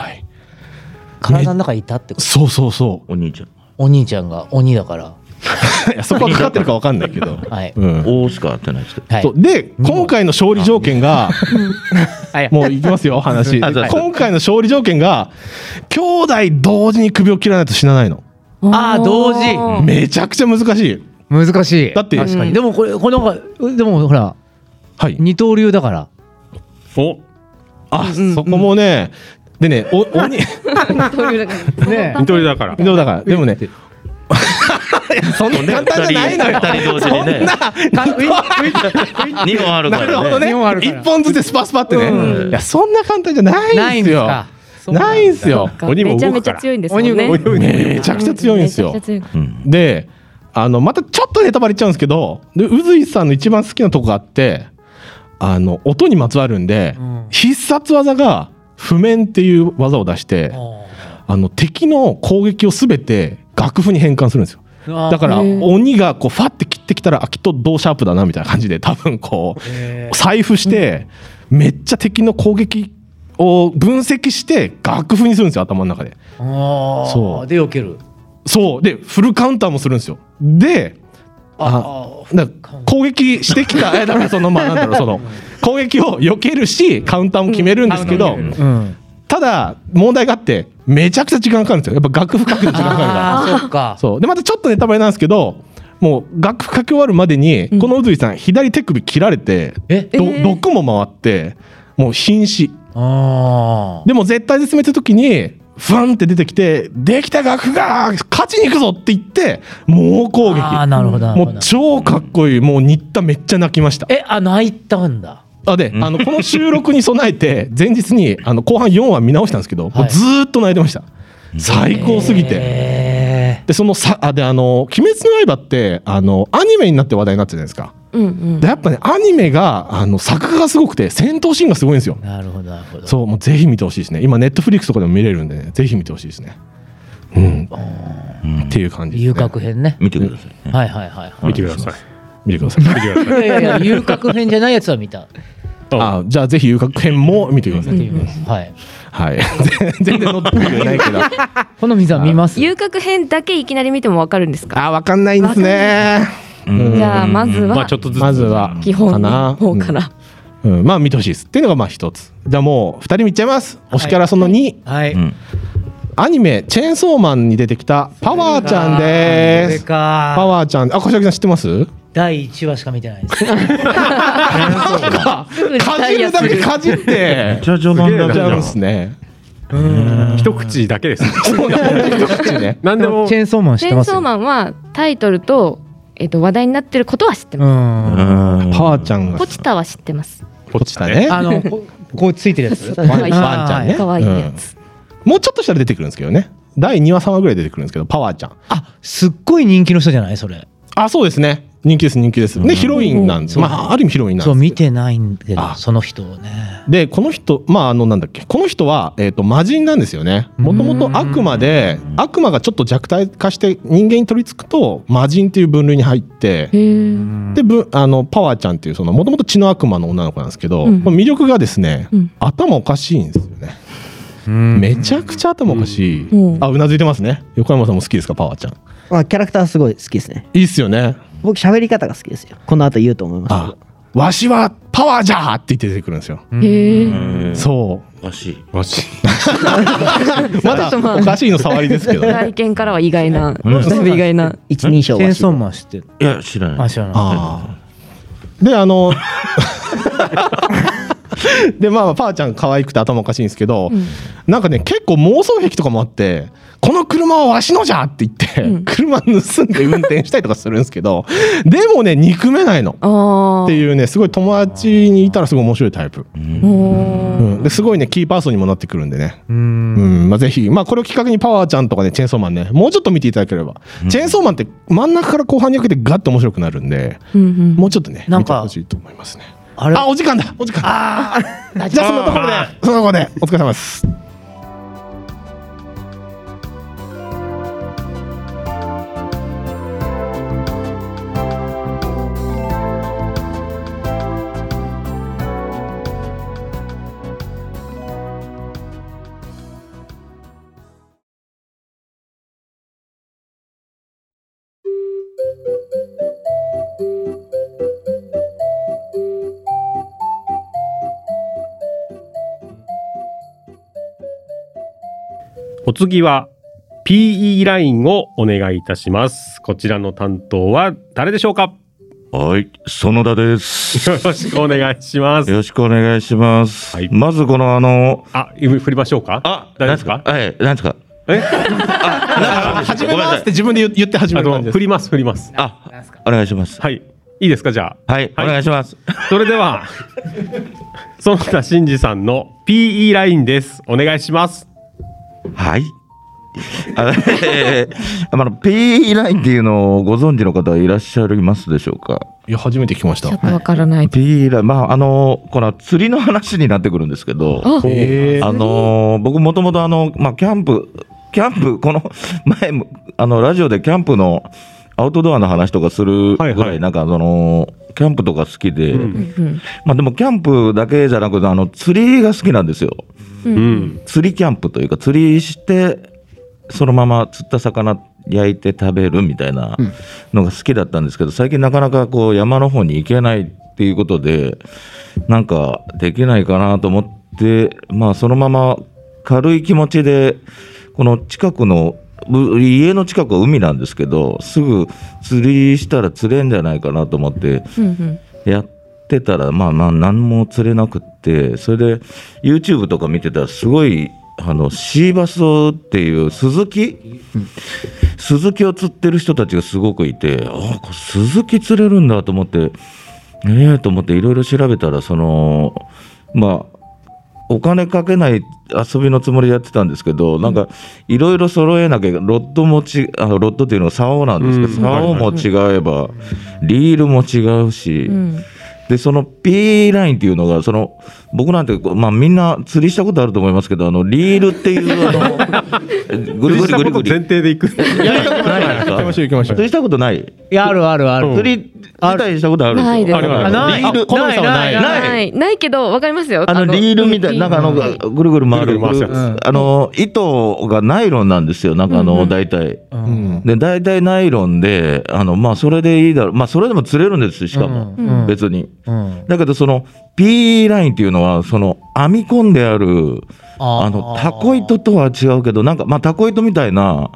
体の中にいたってことそうそうそお兄ちゃん。お兄ちゃんが鬼だからう いやそこはかかってるか分かんないけど、はい、うん、おしか当てないですけど。はいそうで今回の勝利条件がはいもういきますよ話あそうそう今回の勝利条件が兄弟同時に首を切らないと死なないのうんあー同時うんめちゃくちゃ難しい難しいだって確かにでもこれこのでもほらはい二刀流だからお、あそこもねでねお鬼ね一人だから。どうだからでもね そんな簡単じゃないのよ二人同時にね。二本あるかなるほらどね。ね二本あるから一本ずつでスパスパってねいやそんな簡単じゃないんですよないんですよそっか鬼も動めくちからゃめちゃ強いんですよね。鬼もめちゃくちゃ強いんですよめちゃくちゃ強いうんであのまたちょっとネタバレ言っちゃうんですけどで宇髄さんの一番好きなとこがあってあの音にまつわるんで、うん必殺技が譜面っていう技を出してあの敵の攻撃を全て楽譜に変換するんですよだからへー鬼がこうファって切ってきたらあきっと同シャープだなみたいな感じで多分こう財布して、めっちゃ敵の攻撃を分析して楽譜にするんですよ頭の中で。そそううで避けるそうでフルカウンターもするんですよであだから攻撃してきたえだからそのまあなんだろうその攻撃を避けるしカウンターも決めるんですけどうんうんただ問題があってめちゃくちゃ時間かかるんですよやっぱ楽譜書くの時間かかるかあーそっからそうでまたちょっとネタバレなんですけどもう楽譜書き終わるまでにこの宇髄さん左手首切られてえどえー毒も回ってもう瀕死あでも絶対絶命って時にファンって出てきて「できた楽譜が勝ちに行くぞ!」って言って猛攻撃あーなるほどなるもほうど超かっこいいもう新田めっちゃ泣きましたえあ泣いたんだあであのこの収録に備え て前日にあの後半4話見直したんですけど、もうずーっと泣いてました最高すぎて。へでそのさあであの「鬼滅の刃」ってあのアニメになって話題になってるじゃないですかうんうんで。やっぱねアニメがあの作画がすごくて戦闘シーンがすごいんですよーなるほどなるほどそうもうぜひ見てほしいですね今ネットフリックスとかでも見れるんでねぜひ見てほしいですねうんっていう感じです、ね、遊郭編ね見てください。はいはいはいは見てください。見てください見てくださいいいやいや遊郭編じゃないやつは見たああじゃあぜひ遊郭編も見てください、はいはい。 全然乗ってくれないけど。好みさん見ます遊郭編だけいきなり見てもわかるんですか。あ、わかんないんですね。じゃあまずまあはちょっとずつ。まずは。基本のな。方から。うん、うんまあ見てほしいです。っていうのがまあ一つ。じゃあもう二人見ちゃいます。推しキャラその2。はいうんアニメ、チェーンソーマンに出てきたパワーちゃんでこれす。かパワーちゃん。あ、柏木さん知ってます第一話しか見てないです。ぐリタイアかかじるだけかじってめっ。ちゃ序盤だやっねちじゃうんゃですね。一口だけです。そうだ、本当に一口ね。何で もチェーンソーマン知っチェーてまンす。ソーマンはタイトルとえっと話題になってることは知ってます。うあ。ん。うんパワーちゃんが。ポチタは知ってます。ポチたね。あ のここうついてるやつ。可愛いワンちゃんね。可愛いやつ。うん。もうちょっとしたら出てくるんですけどね。第2話、3話ぐらい出てくるんですけど、パワーちゃん。あ、すっごい人気の人じゃないそれ。あ、そうですね。人気です人気ですでヒロインなんですまあある意味ヒロインなんそうです見てないんだけどあその人をねでこの人まああのなんだっけこの人は、えー、と魔人なんですよねもともと悪魔で悪魔がちょっと弱体化して人間に取り付くと魔人っていう分類に入ってへーでぶあのパワーちゃんっていうそのもともと血の悪魔の女の子なんですけど、うんこの魅力がですね、うん頭おかしいんですよねめめちゃくちゃ頭おかしい、うんあうなずいてますね横山さんも好きですかパワーちゃん まあ、キャラクターすごい好きですねいいっすよね僕喋り方が好きですよこの後言うと思いますあわしはパワーじゃーって言って出てくるんですよ、へーそ おかしい。わしうまだおかしいの触りですけどね外見からは意外な、うんだいぶ意外な。一人称チェーはンソーマン知ってるいや、知らないあ。知らないああであの でまあパーちゃん可愛くて頭おかしいんですけど、なんかね結構妄想癖とかもあって「この車はわしのじゃ!」って言って、うん車盗んで運転したりとかするんですけどでもね憎めないのっああて。いうねすごい友達にいたらすごい面白いタイプ、おうーん、ですごいねキーパーソンにもなってくるんでねううんんまあ、ぜひ、まあ、これをきっかけにパワーちゃんとかねチェーンソーマンねもうちょっと見ていただければ、チェーンソーマンって真ん中から後半にかけてガッと面白くなるんで、うんうんもうちょっとねなん見てかほしいと思いますねあれあお時間だお時間ああじゃあそのところでそのところでお疲れ様ですお次は PE ラインをお願いいたします。こちらの担当は誰でしょうか。はい、園田です。よよろしくお願いします。ろしくお願いします。はいまずこのあの、あ、指振りましょうか。あ、大丈夫ですか。はい、何ですか。え、始ごめんなさい自分で言言って始あ感のじ振ります振ります。あ、お願いします。はい、いいですかじゃあ。はい、お願いします。それでは 園田真二さんの PE ラインです。お願いします。はい。あえーあの PE ラインっていうのをご存知の方いらっしゃいますでしょうかいや初めて聞きましちょったとわからない。 ?PE ライン、まあ、あの、この釣りの話になってくるんですけど、あ、えあのー僕もともとあの、まあ、キャンプ、キャンプ、この 前も、あの、ラジオでキャンプのアウトドアの話とかするぐらい、はいはいなんかその、キャンプとか好きで、うんうんまあでもキャンプだけじゃなくて、あの、釣りが好きなんですよ。うん釣りキャンプというか、釣りして、そのまま釣った魚焼いて食べるみたいなのが好きだったんですけど、最近なかなかこう山の方に行けないっていうことで、なんかできないかなと思って、まあそのまま軽い気持ちで、この近くの、う家の近くは海なんですけど、すぐ釣りしたら釣れんじゃないかなと思って、うんうんやってたらまあまあ何も釣れなくってそれで YouTube とか見てたらすごいあのシーバスをっていうスズキ、スズキを釣ってる人たちがすごくいてあこれスズキ釣れるんだと思ってええと思っていろいろ調べたらそのまあお金かけない遊びのつもりでやってたんですけどなんかいろいろ揃えなきゃロッドもちあのロッドっていうのは竿なんですけど、うん竿も違えばリールも違うし、うんでその P ラインっていうのがその僕なんてこう、まあ、みんな釣りしたことあると思いますけどあのリールっていうあのぐ釣りりぐしりたこぐりとぐ前り。提でいく。やりたことないですか行きましょう行きましょう釣りしたことない。いやあるあるある釣り自体したことあるないですあるあるあないリールこの人はないないない、ないけど、わかりますよ。あのリールみたいな、なんかあのぐるぐる回る、ぐるぐる回すやつぐるあの糸がナイロンなんですよ、なんかあうんうのん大体。うんで、大体ナイロンで、あのまあ、それでいいだろう、まあ、それでも釣れるんです、しかも、うん別に。うんだけど、その P ラインっていうのは、その編み込んである、あーあのタコ糸とは違うけど、なんか、まあ、タコ糸みたいな、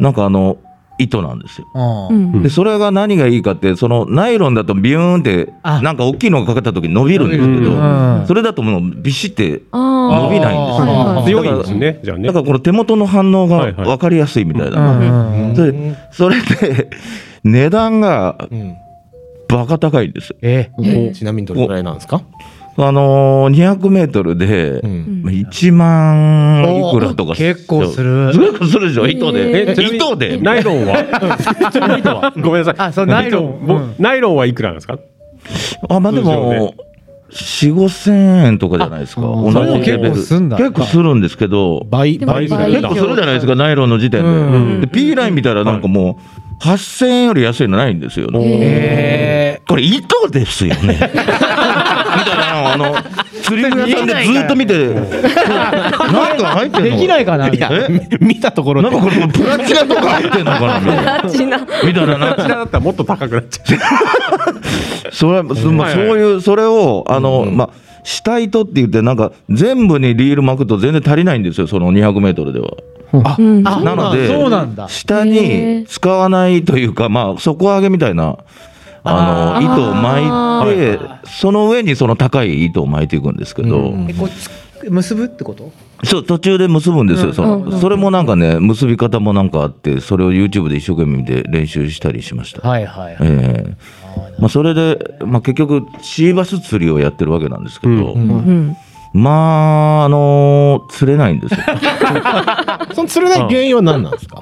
なんかあの、糸なんですよ。うんうん。うんでそれが何がいいかってそのナイロンだとビューンってあなんか大きいのがかかった時に伸びるんですけど、うんそれだともうビシってあ伸びないんですよはいはい強いんですね。じゃあねだ。からこの手元の反応はがいはい分かりやすいみたいうんな、うんそれそれで値段がうんバカ高いんですよえちなみにどれぐらいなんですかあのー、200メートルで、うんまあ1万いくらとか結構するするするでしょ糸でえちなみに糸でナイロン はその糸はごめんなさいあそうナイロン糸ぼうんナイロンはいくらなんですかあまあでも4 5千円とかじゃないですか同それじもレ結ベル構すんだ結構するんですけど倍でも倍ぐら倍い結構するじゃないですかナイロンの時点で,、うんで P ライン見たらなんかもう8000円より安いのないんですよね、えこれ糸ですよ ね。みたいなのをあの釣り具屋さんでずっと見て、なんか入ってんーのできないかなみたいなえ見たところなんかこれプラチナとか入ってんのかなみたいな。ちなみたいななんこちからだったらもっと高くなっちゃそれはそまあはいそうはいいうそれをあのまあ下糸って言ってなんか全部にリール巻くと全然足りないんですよその200メートルでは。うんあなのでそうなんだ下へに使わないというかまあ底上げみたいな。あの糸を巻いてその上にその高い糸を巻いていくんですけど、えこうつ結ぶってことそう途中で結ぶんですよ、そのそれもなんかね結び方もなんかあってそれを YouTube で一生懸命見て練習したりしました、はいはいええまあ、それで、まあ、結局シーバス釣りをやってるわけなんですけど、うんまああのー釣れないんですよその釣れない原因は何なんですか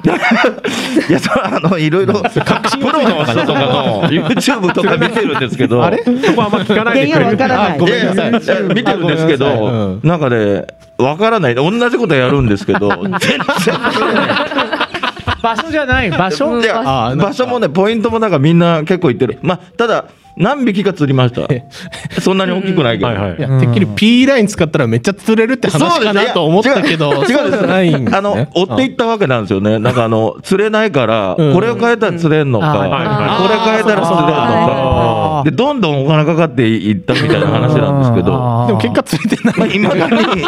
いやそれあのいろいろプロの人とかの YouTube とか見てるんですけどあれうそこはあんま聞かないでく原因れは分るからないあごめんなさいいやいや見てるんですけあごめんなさいど、なんかね、わからない。同じことやるんですけど、全然場所じゃ ない場所いやあなんか場所もね、ポイントもなんかみんな結構行ってる。まあ、ただ、何匹か釣りました。そんなに大きくないけど。はいはいいやてっきり P ライン使ったらめっちゃ釣れるって話かなと思ったけど違うんでそじすゃないんですねあの、追っていったわけなんですよね。なんかあの、釣れないから、うんこれを変えたら釣れんのか、うんあこれ変えたら釣れんのかあ。で、どんどんお金かかっていったみたいな話なんですけど。でも結果釣れてないまあ、未だに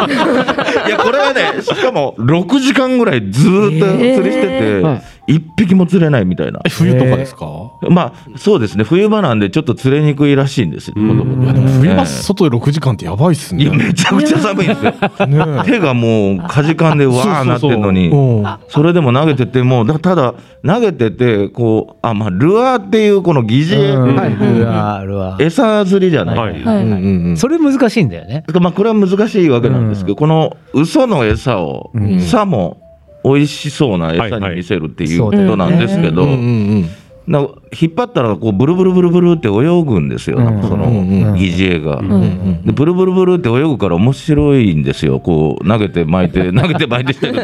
いやこれはねしかも6時間ぐらいずーっと釣りしてて、一匹も釣れないみたいなえ冬とかですかまあそうですね冬場なんでちょっと釣れにくいらしいんですよ子供いやとでも冬場外で6時間ってやばいっすいねやめちゃくちゃ寒いんですよ手がもうかじかんでわーなってんのにうんそれでも投げててもだただ投げててこうあまあルアーっていうこの疑うん似うわうわ餌釣りじゃない、はいはういんはいうんうんそれ難しいんだよねまあこれは難しいわけなんですけど、この嘘の餌を、さも美味しそうな餌に見せるっていうはこいはいとなんですけど、うんうんなんか引っ張ったらこうブルブルブルブルって泳ぐんですよ、なんかその疑似餌が。でブルブルブルって泳ぐから面白いんですよこう投げて巻い て投げて巻いてしてる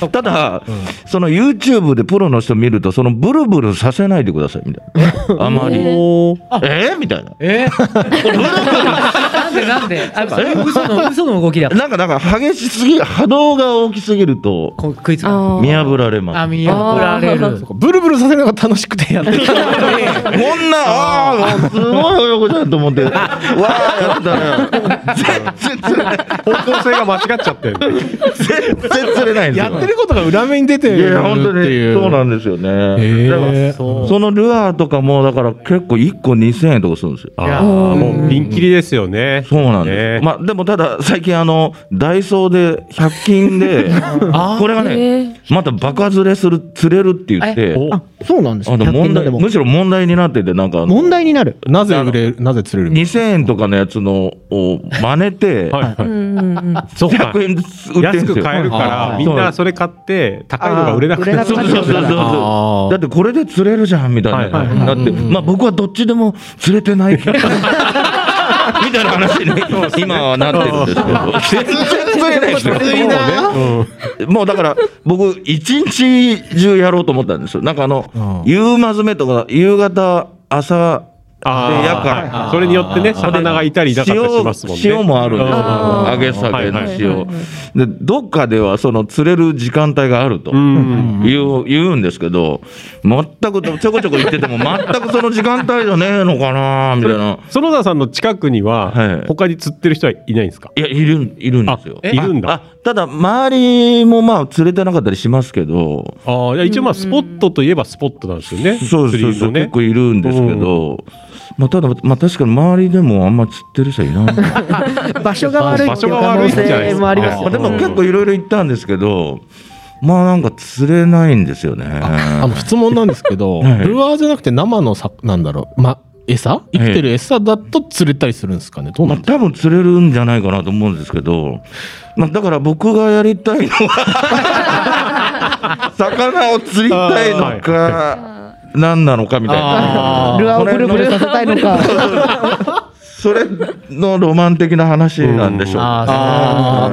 とただ、その YouTube でプロの人見るとそのブルブルさせないでくださいみたい なあまりえーみたいなえ なんでなんであ それ嘘の 嘘の動きだなんかなんか激しすぎ波動が大きすぎるとこう食いつくあー見破られますあ見破られあるブルブルさせるのが楽しくてやってたこんな、ああ、すごい泳ぐじゃんと思 って、わあ、やったね。全然釣れない。方向性が間違っちゃってる全然釣れないんですやよ。ってることが裏目に出ているや、本当っていに、うそうなんですよね。だからへえそのルアーとかも、だから結構1個2000円とかするんですよ。ああもうピンキリですよねそうなんです。まあ、でもただ、最近、あの、ダイソーで100均で、これがね、またバカ釣れする、釣れるって言って、あそうなんですあね。100の、問均の題、でもむしろ問題になってて、なんかあの、問題になる。なぜ売れるなぜ釣れる2000円とかのやつのを真似て、はいはいうんうんうんそうか100円ずつ売ってる安んですくよ。買えるからみんなそれ買って高いのが売れなくなっちゃそううそうそうあそーう。だってこれで釣れるじゃんみたいな。はいはいだって、まあ僕はどっちでも釣れてな いけど。みたいな話に今はなってるんですけど。全然釣れないですよ。もうだから僕一日中やろうと思ったんですよ。なんかあの、夕間詰めとか夕方朝で夜間。ああそれによってね魚がいたりいなかったりしますもんね塩塩もあるんですよああ揚げ下げのはいはい塩、でどっかではその釣れる時間帯があるとうん言う,、ん、言うんですけど全くちょこちょこ言ってても全くその時間帯じゃねえのかなみたいな園田さんの近くにははい他に釣ってる人はいないんですかいやいるいるんですよあいるんだあただ周りもまあ釣れてなかったりしますけどああいや一応まあスポットといえばスポットなんですよねそうですそうです釣りのね結構いるんですけど、まあ、ただ、まあ、確かに周りでもあんま釣ってる人いない場所が悪いっていう可能性もありますまあよ。でも結構いろいろ行ったんですけど、まあなんか釣れないんですよね。あの質問なんですけど、 はいルアーじゃなくて生のさなんだろう、ま、餌生きてる餌だと釣れたりするんですかねどうまなあ、んだ多分釣れるんじゃないかなと思うんですけど、まあ、だから僕がやりたいの は魚を釣りたいのか何なのかみたいなルアーをブルブルさせたいのか。それのロマン的な話なんでしょうかあ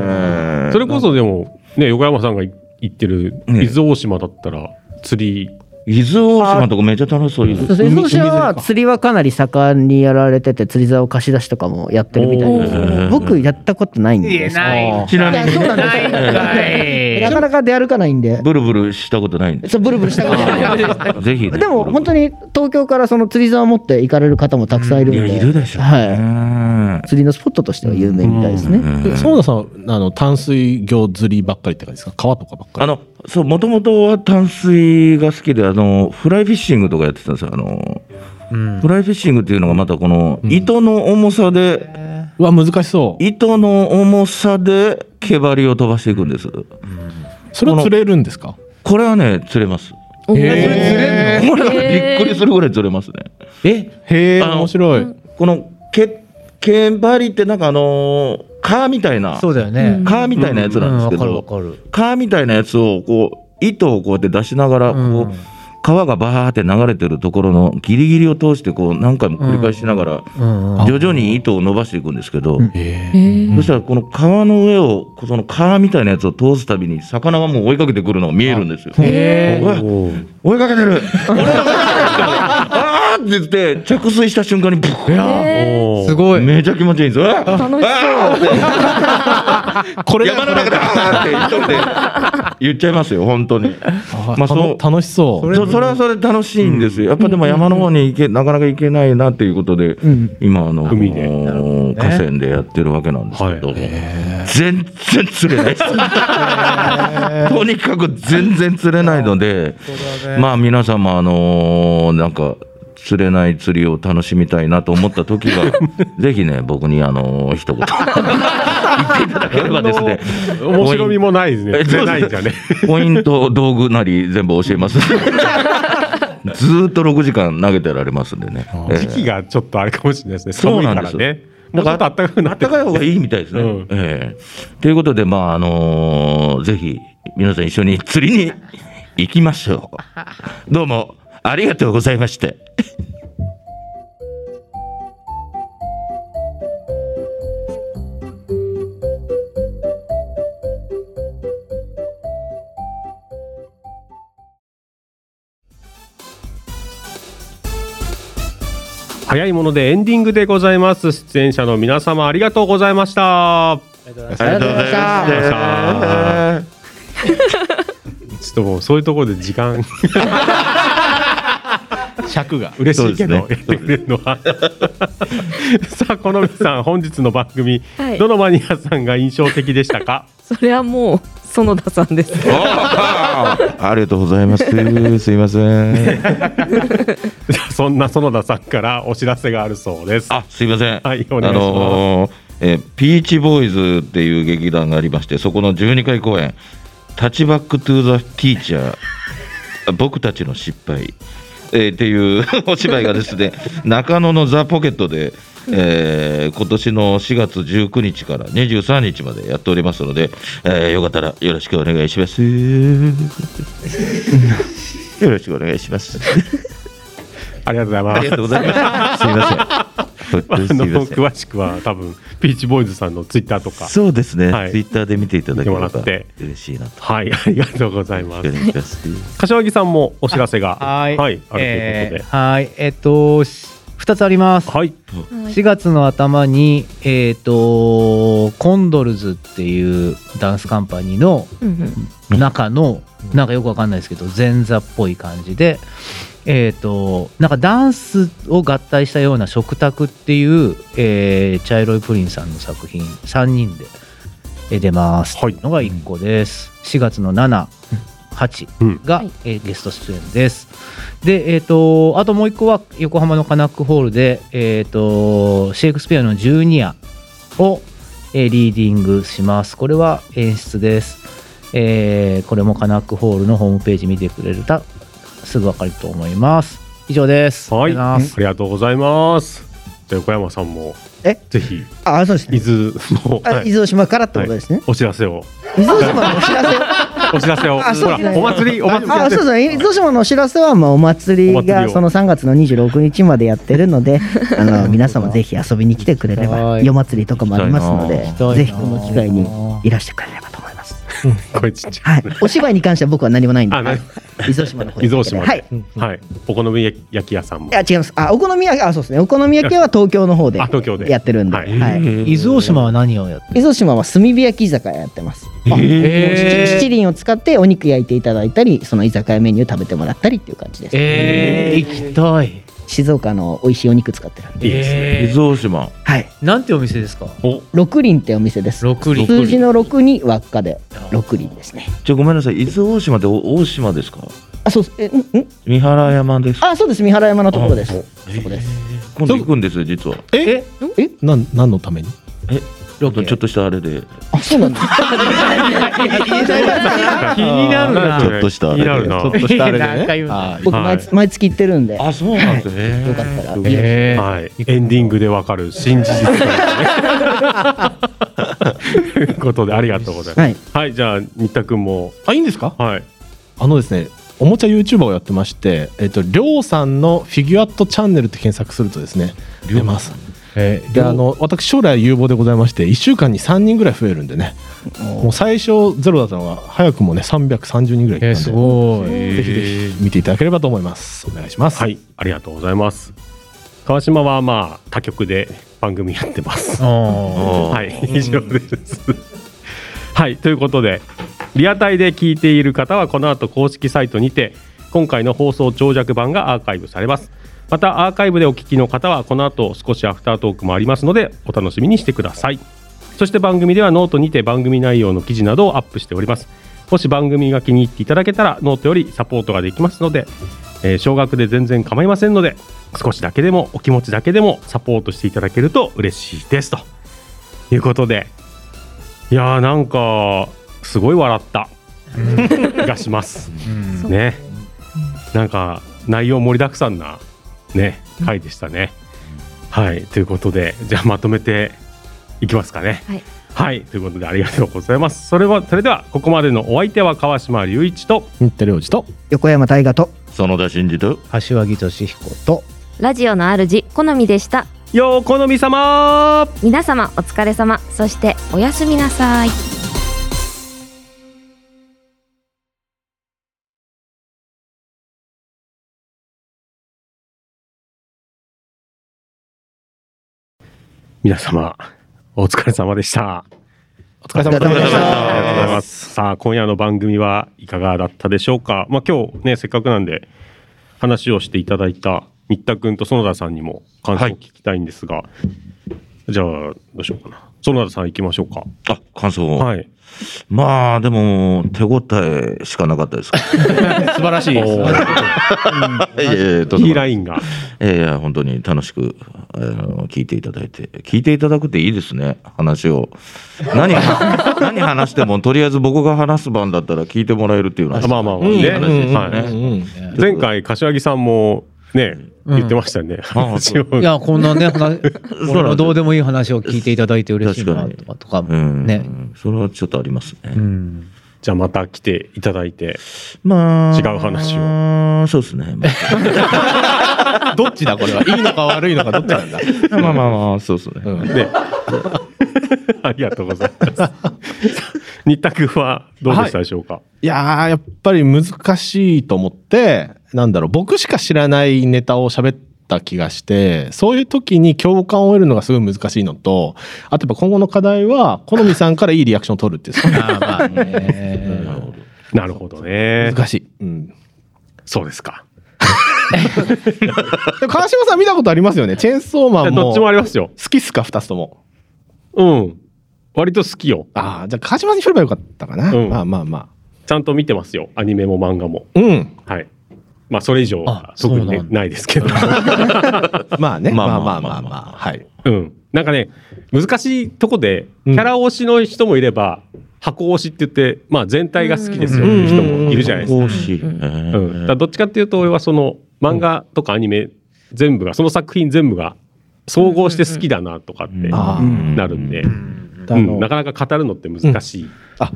ねそれこそでもね横山さんが言ってるね伊豆大島だったら釣り伊豆大島とかめっちゃ楽しそうですそうそうそうは釣りはかなり盛んにやられてて、釣り竿貸し出しとかもやってるみたいですおー僕やったことないんいえです。ないちなみにいやそうなんですよないなかなか出歩かないんで。ブルブルしたことないんですそうブルブルしたことない。ぜひねでも本当に東京からその釣り竿を持って行かれる方もたくさんいるいのやで。いるでしょうね、はい。釣りのスポットとしては有名みたいですね。園田さんあの淡水魚釣りばっかりって感じですか川とかばっかありのそうもともとは淡水が好きであのフライフィッシングとかやってたんですよあの、フライフィッシングっていうのがまたこの糸の重さで、うわ難しそう糸の重さで毛針を飛ばしていくんです、それは釣れるんですかこれはね釣れますおへえこれはびっくりするぐらい釣れますねえへえあの面白いこの毛毛針ってなんかあの蚊みたいなそうだよね蚊みたいなやつうんなんですけわかるど、わかる蚊みたいなやつをこう糸をこうやって出しながらこう、うん川がバーって流れてるところのギリギリを通してこう何回も繰り返しながらうん徐々に糸を伸ばしていくんですけど、へへえそしたらこの川の上をこうその川みたいなやつを通すたびに魚がもう追いかけてくるのが見えるんですよ。へうわ追いかけてる俺が追いかけてるあーって言って着水した瞬間にブッおーすごいめちゃ気持ちいいんですよ。うわ楽しあーこれだ山の中だって一人で言っちゃいますよ本当にあまあたそのう楽しそうそそれはそれで楽しいんですよやっぱでも山の方に行けなかなか行けないなっていうことで、ん今あの海であの河川でやってるわけなんですけど、全然釣れないです とにかく全然釣れないので、まあ皆様あのなんか釣れない釣りを楽しみたいなと思った時がぜひね僕にあの一言言っていただければですね面白みもないですえね釣れないんじゃね ポイント、道具なり全部教え ます。ずーっと6時間投げてられますんでね。ええ時期がちょっとあれかもしれないですねそ寒ういなかんでらすよねもうちょっと暖かくなって暖かい方がいいみたいですね。うんええということで、まあ、あのーぜひ、皆さん一緒に釣りに行きましょう。どうも、ありがとうございました。早いものでエンディングでございます出演者の皆様ありがとうございましたありがとうございました。ちょっともうそういうところで時間 尺が嬉しいけど、そうやでっすねてくれるのは さあこのみさん本日の番組、はいどのマニアさんが印象的でしたかそれはもう園田さんですありがとうございます。すいません。そんな園田さんからお知らせがあるそうですあ、すいません。はいお願いしますあのーえーピーチボーイズっていう劇団がありまして、そこの12回公演、タッチバックトゥーザティーチャー、僕たちの失敗、えーっていう お芝居がですね、中野のザ・ポケットで、えー今年の4月19日から23日までやっておりますので、えーよかったらよろしくお願い します。よろしくお願いします。ありがとうございあまりすがとうござい ます。すいません。 あ本当にすのいません。詳しくは多分ピーチボーイズさんのツイッターとかそうですね、はいツイッターで見ていただければ見てもらって嬉しいなとはいありがとうございまおす願いします。柏木さんもお知らせがはいはいあるというえことーで、はいえっとし二つありますはい4月の頭に、えー、とコンドルズっていうダンスカンパニーの中の、なんかよくわかんないですけど前座っぽい感じで、えー、となんかダンスを合体したような「食卓」っていう、えー茶色いプリンさんの作品3人でえー出ますはいのが1個です。4月の7 8うんが、えーゲスト出演です。で、えっ、と、あともう一個は横浜のカナックホールで、えっ、と、シェイクスピアのジュニアを、えーリーディングします。これは演出です。えーこれもカナックホールのホームページ見てくれるとすぐわかると思います。以上です。はい、あありがとうりがとうごございますざいます。じゃあ横山さんもえぜひあ、そうですね伊。豆の、あはい伊豆島からってことですね。お知らせを伊豆島のお知らせ。お知らせをあほそうらお祭りお祭りやあ、ってそうるですね。伊豆島のお知らせはまあお祭おり祭りがをその3月の26日までやってるの で、あの皆様ぜひ遊びに来てくれればはい夜祭りとかもありますので行きたいな、ぜひこの機会にいらしてくれればと思います。これちっちゃはいい。 お芝居に関しては僕は何もないんで。あなはい伊豆島の方に伊豆島ではい。はいお好み焼き屋さんもいや違います。あ、お好み焼き、あ、そうですね。お好み焼きは東京の方であ東京でやってるんで。ははいい。伊豆大島は何をやって伊豆島は炭火焼き居酒屋やってます。え七輪を使ってお肉焼いていただいたり、その居酒屋メニュー食べてもらったりっていう感じです。えー、行きたい。静岡の美味しいお肉使ってるんで。いいですね伊豆大島はい。なんてお店ですかお六輪ってお店です。六輪数字の六に輪っかで六輪ですね。じゃごめんなさい伊豆大島でお大島ですかあ、そうです。え、んん三原山ですあ、そうです。三原山のところです。そこです。今度行くんですよ実はええ、なん何のためにロケちょっとしたあれであ、そう なんです。気になるな。ちょっとしたあ気れでになるなちょっとし たあれで何ね回言うのあ僕毎月毎月行ってるんで。あそうなんですねよか ったら。えーはい、エンディングでわかる新事実というねということでありがとうございます。はい。はい、じゃあ新田君もあいいんですかはいあのですねおもちゃ YouTuber をやってまして、えっと、りょうさんのフィギュアットチャンネルって検索するとですね出ますえーであの私将来有望でございまして1週間に3人ぐらい増えるんでねもう最初ゼロだったのが早くもね330人ぐらいいえーったすんで、ごい。ぜひぜひ見ていただければと思いますお願いします、はいありがとうございます。川島はまあ他局で番組やってます。あはい、 以上です。はい、ということで、リアタイで聞いている方は、この後公式サイトにて、今回の放送長尺版がアーカイブされます。また、アーカイブでお聞きの方は、この後少しアフタートークもありますので、お楽しみにしてください。そして番組ではノートにて番組内容の記事などをアップしております。もし番組が気に入っていただけたら、ノートよりサポートができますので、えー少額で全然構いませんので、少しだけでも、お気持ちだけでもサポートしていただけると嬉しいですと。いうことでいやーなんかすごい笑ったがしますーねなんか内容盛りだくさんなね回でしたねはいということでじゃあまとめていきますかねはい、はいということでありがとうございますそれはそれではここまでのお相手は川島隆一と新田良二と横山大河と。園田真二と柏木俊彦と。ラジオの主好みでしたよう好み様皆様お疲れ様そしておやすみなさい皆様お疲れ様でしたお疲れ様でお疲れ様でしたありがとうございます。さあ今夜の番組はいかがだったでしょうか。まあ今日ねせっかくなんで話をしていただいた新田君と園田さんにも感想を聞きたいんですが、じゃあどうしようかな。園田さん行きましょうか。あ感想をはい。まあでも手応えしかなかっ たですけ素晴らしい。どいやいやいやとんキーでもなラいインがいやいや本当に楽しくあの聞いていただいて聞いていただくっていいですね話を何何話してもとりあえず僕が話す番だったら聞いてもらえるっていうのはまあまあまあいいね。話ですね、はい。前回柏木さんもね言ってましたね。話をいや、こんなね、話す俺もどうでもいい話を聞いていただいて嬉しいなとか、とかうん、ね。それはちょっとありますね、うん。じゃあまた来ていただいて。まあ違う話をそうですね、まどっちだこれはいいのか悪いのかどっちなんだあ、まあまあまあそうですね、 ね。ありがとうございます。新田君はどうでしたでしょうか。いやーやっぱり難しいと思ってなんだろう僕しか知らないネタを喋った気がしてそういう時に共感を得るのがすごい難しいのとあとやっぱ今後の課題は好みさんからいいリアクションを取るっていうそれまあまあね。なるほどね。難しい、うん、そうですか。でも川島さん見たことありますよねチェーンソーマンもどっちもありますよ。好きっすか2つともうん。割と好きよ。ああじゃあ川島さんに振ればよかったかな、うんまあまあまちゃんと見てますよ。アニメも漫画も。あうんはい。まあ、それ以上はあ特に、そうねな、んだないですけど。まあねままあまあまあまあまあまああまあはいうん。なんかね、難しいとこで、キャラ推しの人もいれば、箱推しって言って、まあ全体が好きですよっていう人もいるじゃないですか。惜しい、えうん、だからどっちかっていうと俺はその漫画とかアニメ全部がその作品全部が総合して好きだなとかってあーなるんで、あうのんなかなか語るのって難しい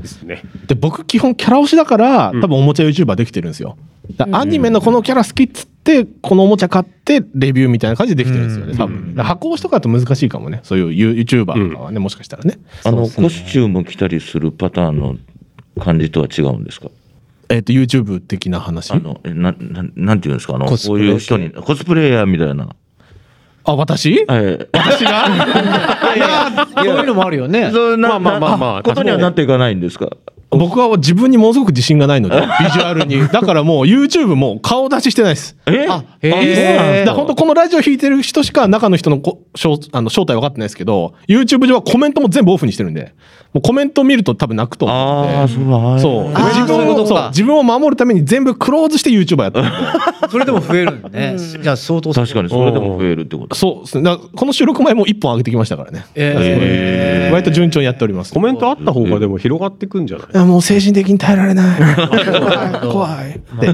ですね。で僕基本キャラ推しだからうん多分おもちゃ YouTuber できてるんですよだアニメのこのキャラ好きっつってこのおもちゃ買ってレビューみたいな感じでできてるんですよね多分だから箱推しとかだと難しいかもねそういう YouTuber とかはねもしかしたらねあの、コスチューム着たりするパターンの感じとは違うんですかえっと YouTube 的な話あの、えな、ななんていうんですかあの、コスこプうレいう人に、コスプレイヤーみたいな。あ私え私がそういうのもあるよえね。そうなまあまあまあまあなことにはなっていかないんですか僕は自分にものすごく自信がないのでビジュアルにだからもう YouTube も顔出ししてないですえへえだから本当このラジオ弾いてる人しか中の人のこ正あの正体分かってないですけど YouTube 上はコメントも全部オフにしてるんでもうコメント見ると多分泣くと思ああ、そううだ。そうあー自そういう分ことをかそう自分を守るために全部クローズして YouTuber やってるんでそれでも増えるんね。じゃあ相当確かに、それでも増えるってこと。そうですねだからこの収録前も1本上げてきましたからね、えー割と順調にやっておりますコメントあった方がでも広がってくんじゃないいやもう精神的に耐えられない 怖いで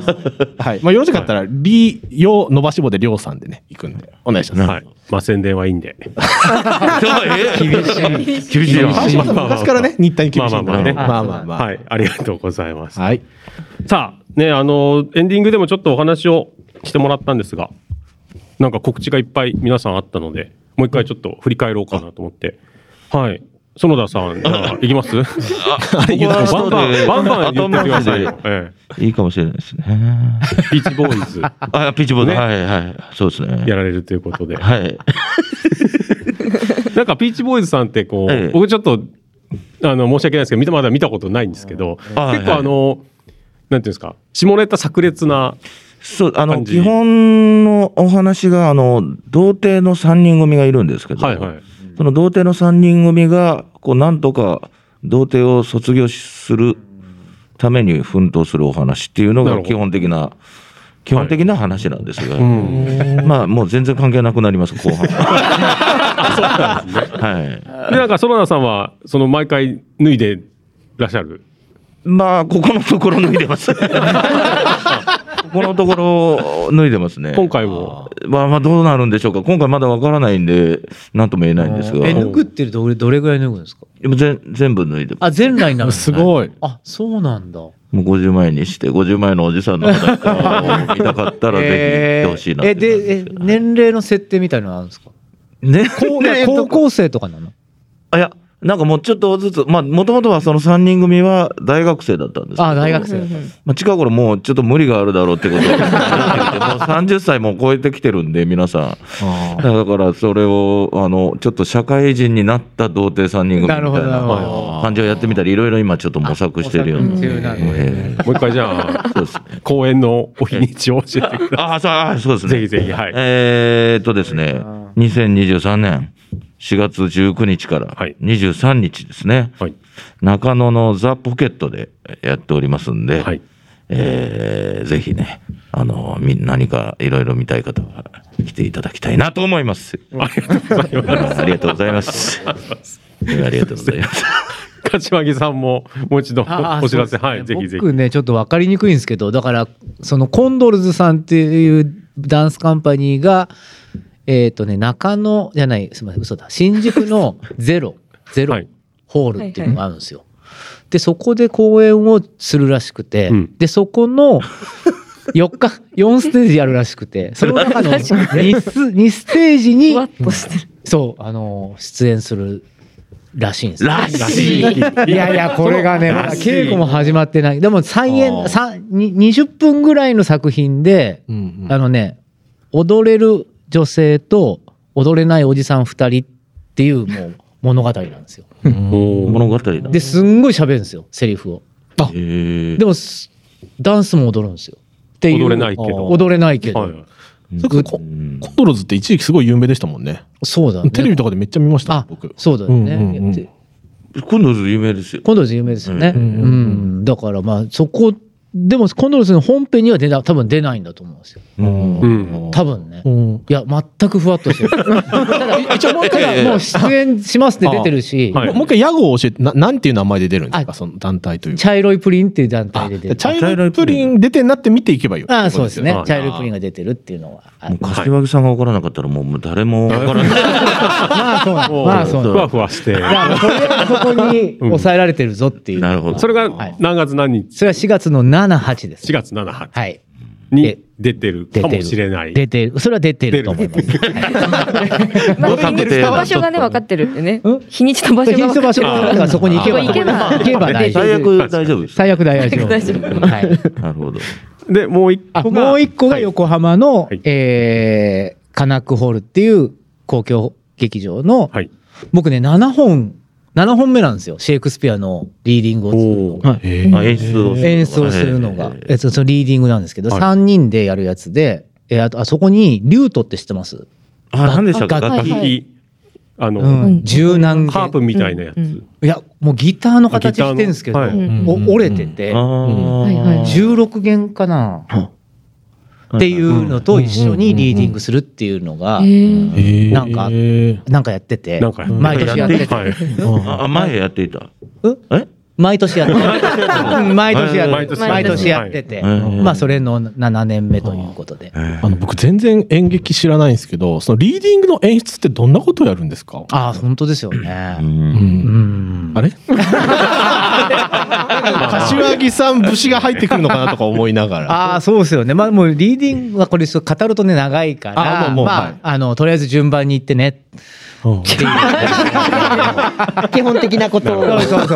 はいまあよろしかったら「り」「よ」伸ばし棒で「りょうさん」でね行くんでお願いしますはい。まあ宣伝はいいんで。 厳しい。厳しいよ。川島さん昔からね日体に厳しいんでまあまあまあねまあまあまあはい。ありがとうございます。はいさあ、ね、あの、エンディングでもちょっとお話をしてもらったんですが、なんか告知がいっぱい皆さんあったので、もう一回ちょっと振り返ろうかなと思って。はい。園田さん、じゃあ、いきます バンバン、バンバン言ってくださいよ。えいいかもしれないですね。えビーチボーイズあ、ピッチボール、ねはいはい。そうですね。やられるという ことで。はい。なんかピーチボーイズさんってこう、ええ僕ちょっとあの申し訳ないですけど見たまだ見たことないんですけど、あ結構はいあの、なんていうんですか下ネタ炸裂なそう、あの、感じ基本のお話が、あの、童貞の3人組がいるんですけど、はいはいその童貞の3人組が、こう、なんとか童貞を卒業するために奮闘するお話っていうのなるがほど基本的な、基本的な話なんですが、まあ、もう全然関係なくなります、後半。はい。でなんか園田さんはその毎回脱いでらっしゃるまあ、ここのところ脱い でます。ここのところ脱いでますね。今回もまあまあどうなるんでしょうか。今回まだわからないんで、なんとも言えないんですが。え、で脱ぐってどれどれぐらい脱ぐんですかも全全部脱いで、あ、全裸になる。すごいあ、そうなんだ。もう50万円にして、50万円のおじさんの裸を見たかったら、ぜひ行ってほしいな えーえ、って感じで、えすけど年齢の設定みたいなのあるんですかね、高ね高校生とかなのあいや、なんかもうちょっとずつ、まあ、もともとはその3人組は大学生だったんですけどあ、大学生だっまあ、近頃もうちょっと無理があるだろうってことをもう30歳も超えてきてるんで皆さんだからそれをあのちょっと社会人になった童貞3人組みたいなるほどなるほな感じをやってみたりいろいろ今ちょっと模索してるよう模な索中なんでええもう一回じゃあそうですね公演のお日にちを教えてくだああそうあそうですさいねぜひぜひはいえー、っとですね、2023年4月19日からはい23日ですね、はい中野のザ・ポケットでやっておりますんで、はいえーぜひね、あの、み何かいろいろ見たい方は来ていただきたいなと思います。ありがとうございます ありがとうございます。ありがとうござい ます。柏木さんももう一度あお知らせ、そうですねはいぜひぜひ僕ねちょっと分かりにくいんですけどだからそのコンドルズさんっていうダンスカンパニーがえっ、とね中野じゃないすみません嘘だ新宿の ゼロゼロはいホールっていうのがあるんですよ。でそこで公演をするらしくて、うんでそこの 4日4ステージやるらしく てその中の 2, ス2ステージにふわっとしてる。そうあの出演するらしいんですよらしいいやいや、これがね、まだ稽古も始まってない。でも、再演、三に20分ぐらいの作品で、あのね、踊れる女性と踊れないおじさん二人っていうもう物語なんですよ。おー物語だ。で、すんごい喋るんですよ、セリフを。えーでも、すダンスも踊るんですよ。っていう踊れないけど踊れないけど。はいそれこそココントローズって一時期すごい有名でしたもんねそうだね。テレビとかでめっちゃ見ましたあ僕、そうだよね。うんうんうん今度有名ですよ。今度は有名ですよね。うん、だからまあそこでもコンドルズの本編には出な多分出ないんだと思うんですようん多分ねうんいや全くふわっとしてるた だ一応もう一回もう出演しますって出てるし、はいももう一回屋号を教えてななんていう名前で出るんですかあその団体というか茶色いプリンっていう団体で出てる茶色いプリン出てんなって見ていけばいいああそうですねはい茶色いプリンが出てるっていうのはあもう柏木さんが分からなかったらもうもう誰も分からない。まあそうなんまあそうなんふわふわしてだからとりあえずそこに抑えられてるぞっていうなるほど。それがはい何月何日それは4月の78です4月7日はいにで出てる出かてるもしれない出てるそれは出てると思います まあどういうこと場所がね分かってるってねうん日にちと場所品が分質か場っ所てるだからそこに行けば行けば行けば大丈最夫悪大丈夫です。最悪 大丈夫最悪大丈夫はいなるほど。でもう一あ個がもう一個がはい横浜の、はいえーカナックホールっていう公共劇場の、はい僕ね7本7本目なんですよシェイクスピアのリーディングをするのが、はいあ演出をするのが演奏するのが、えっとそのリーディングなんですけど、はい3人でやるやつで、えーあとあそこにリュートって知ってます、あ、何でしたっけ楽楽楽器。器あうのん、柔軟ハープみたいなやうんうついやもうギターの形してるんですけど、ギターのはいお折れてて、ああ。はいはい16弦かな、っていうのと一緒にリーディングするっていうのが、へえなんかえなんかやっててなんかやって毎年やってて、はいああ前やっていた。毎年やっててうん毎年やって毎て年毎年やってて、はいまあそれの7年目ということで、あの僕全然演劇知らないんですけどそのリーディングの演出ってどんなことやるんですかああ本当ですよね、うん あれ柏木さん節が入ってくるのかなとか思いながらああそうですよねまあもうリーディングはこれそう語るとね長いからあもうもうまあ、はいあのとりあえず順番に行ってねっていう基本的 なことを。そうそうそう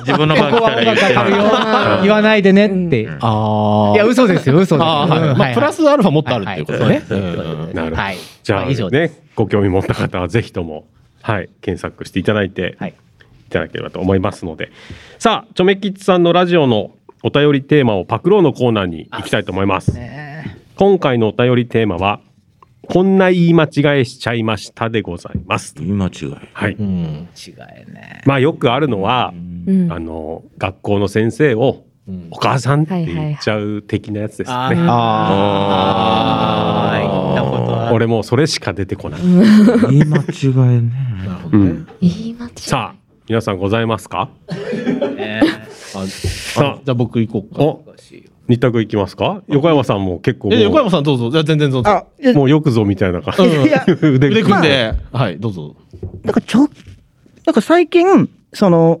自分の番来たら言って語るよあー言わないでねって、いあや嘘ですよ嘘ですよあーはいうんまあプラスアルファもっとあるっはていいうことねはいそういうことでなるほどはいじゃまあ以上ねご興味持った方はぜひともはい検索していただいてはいいただければと思いますのでさあチョメキッズさんのラジオのお便りテーマをパクろうのコーナーに行きたいと思います今回のお便りテーマはこんな言い間違えしちゃいましたでございます言い間違い。はいうん違いねまあよくあるのはうんあの学校の先生をお母さんって言っちゃう的なやつですあねあー言ったことある俺もうそれしか出てこない言い間違いね。うん言い間違いさあ皆さんございますかあじゃあ僕行こうかお二択いきますか横山さんも結構いもやう横山さんどうぞじゃあ全然どうぞあ、いやもうよくぞみたいな感じいや、腕腕組んではいどうぞなんかちょ、なんか最近、その、なんてい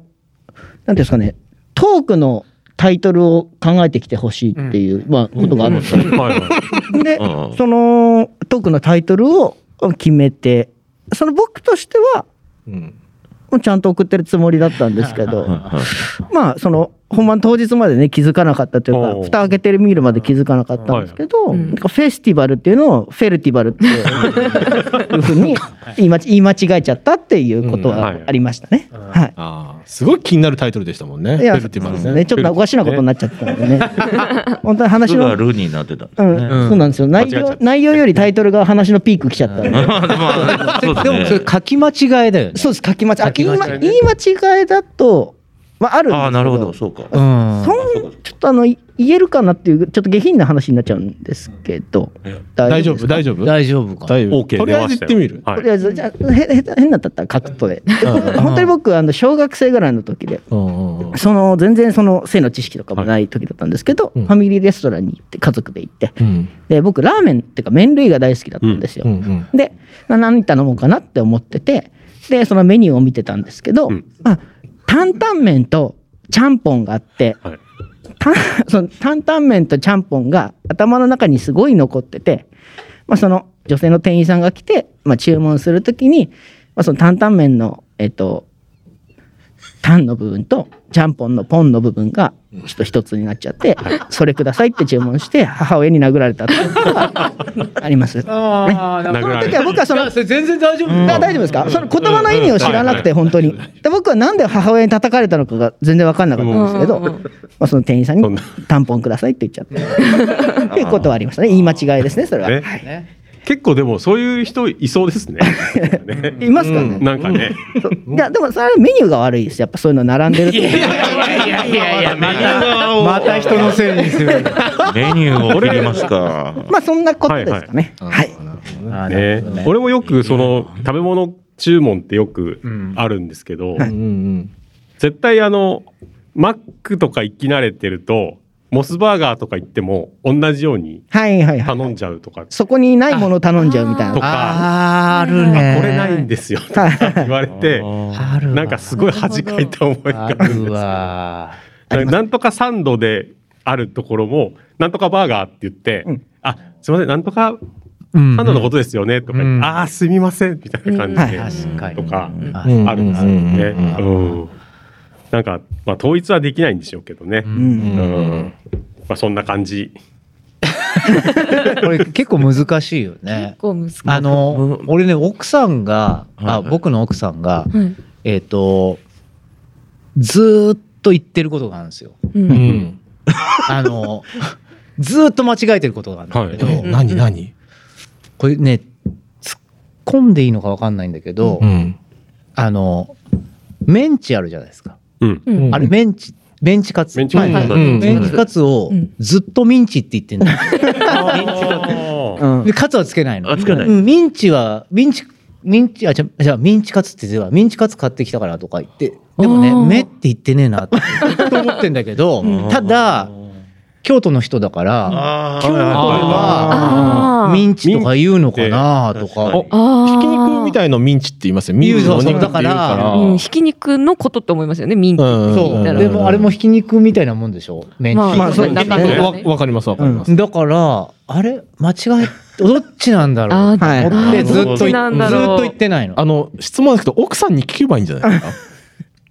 うんですかね、トークのタイトルを考えてきてほしいっていう、まあ、ことがあるんですよ。はいはいでう、んそのトークのタイトルを決めて、その僕としては、うんちゃんと送ってるつもりだったんですけど、はいまあ、その、本番当日までね、気づかなかったというおうか、蓋開けてる見るまで気づかなかったんですけど、はいなんかフェスティバルっていうのを、フェルティバルっていうふうに言い間違言い間違えちゃったっていうことうんははいありましたね。はい。あーすごい気になるタイトルでしたもんねいや、ベルティバルそうですね。ちょっとおかしなことになっちゃったんでね。本当に話すぐはの、ルになってたんでうすん、ね。そうなんですよ。間内違えちゃ容っ、た内容よりタイトルが話のピーク来ちゃったんで。 まあまあそうでもでそすれね。書き間違えだよねそうです。書き間違い。あ言間違い間いね言い間違いだと、まあ、あるんですけど。ああなるほどそうか。うそんんちょっとあのい言えるかなっていうちょっと下品な話になっちゃうんですけど大丈です夫大丈夫大丈夫かな大丈夫 OK とりあえず行ってみるはとりいあえずじゃあへへ変なだったら書くとで本当に僕あの小学生ぐらいの時でうんうんうんその全然その性の知識とかもない時だったんですけど、うんファミリーレストランに行って家族で行ってうんで僕ラーメンっていうか麺類が大好きだったんですよ、うんうんでな何頼もうかなって思っててでそのメニューを見てたんですけど、うんあ担々麺とちゃんぽんがあってはいた その担々麺とちゃんぽんが頭の中にすごい残ってて、まあ、その女性の店員さんが来て、まあ、注文するときに、まあ、その担々麺のえっとタンの部分とちゃんぽんのポンの部分がちょっと一つになっちゃって、それくださいって注文して母親に殴られたっていうことがあります。ああなるほどその時は僕はそのそれ全然大丈夫あ大丈夫ですかその言葉の意味を知らなくて本当にで僕はなんで母親に叩かれたのかが全然分かんなかったんですけど、うんまあ、その店員さんそんにな「タンポンください」って言っちゃってっていうことはありましたね言い間違いですねそれは、ねはい結構でもそういう人いそうですね。いますかね、なんかね。そういやでもそれはメニューが悪いですやっぱそういうの並んでるとまた人のせいにする。メニューを切りますか。まあそんなことですかねはい、あーなねるほどね俺もよくその食べ物注文ってよくあるんですけど、はい絶対あのマックとか行き慣れてるとモスバーガーとか行っても同じようにはいはいはい頼んじゃうとか、そこにないものを頼んじゃうみたいとなかあーあるあね。これないんですよとか言われてあるわ。なんかすごい恥かいた思いがああるんですけるどわだからなんとかサンドであるところもなんとかバーガーって言って、うんあすいませんなんとかうんサンドのことですよねとか言って、うんああすみませんみたいな感うんじ確かにでとかああるんですよね。うんなんか、まあ、統一はできないんでしょうけどね。うんうんまあ、そんな感じ。これ結構難しいよね結。構難しい。あの俺ね奥さんがあはい僕の奥さんはがい、えっとずーっと言ってることがあるんですよ。うんあの ずーっと間違えてることがあるんだけど、い何何これね突っ込んでいいのかわかんないんだけど、んあのメンチあるじゃないですか。うん。うんあれメンチメンチカツ。メンチカツはいはいうんメンチカツをうんずっとミンチって言ってんだよ。うんでカツはつけないの。あつけないうんミンチはミンチミンチあじゃじゃあミンチカツって言えばミンチカツ買ってきたからとか言ってでもねあー目って言ってねえなってずっと思ってんだけどただ京都の人だからあ京都はあミンチとか言うのかなとかおあひき肉みいたいのミンチって言いますよ。ミンチのお肉って言うから。うん、ひき肉のことって思いますよね、ミンチうんってそ聞いたうら。でもあれもひき肉みたいなもんでしょメンチ。まあ、まあそう中身がわねわかりますわかります。だからあれ間違えどっちなんだろ うあっはいて思ってずっとどっちなんずだっろうと言ってないのあ。の質問ですけど奥さんに聞けばいいんじゃないですか。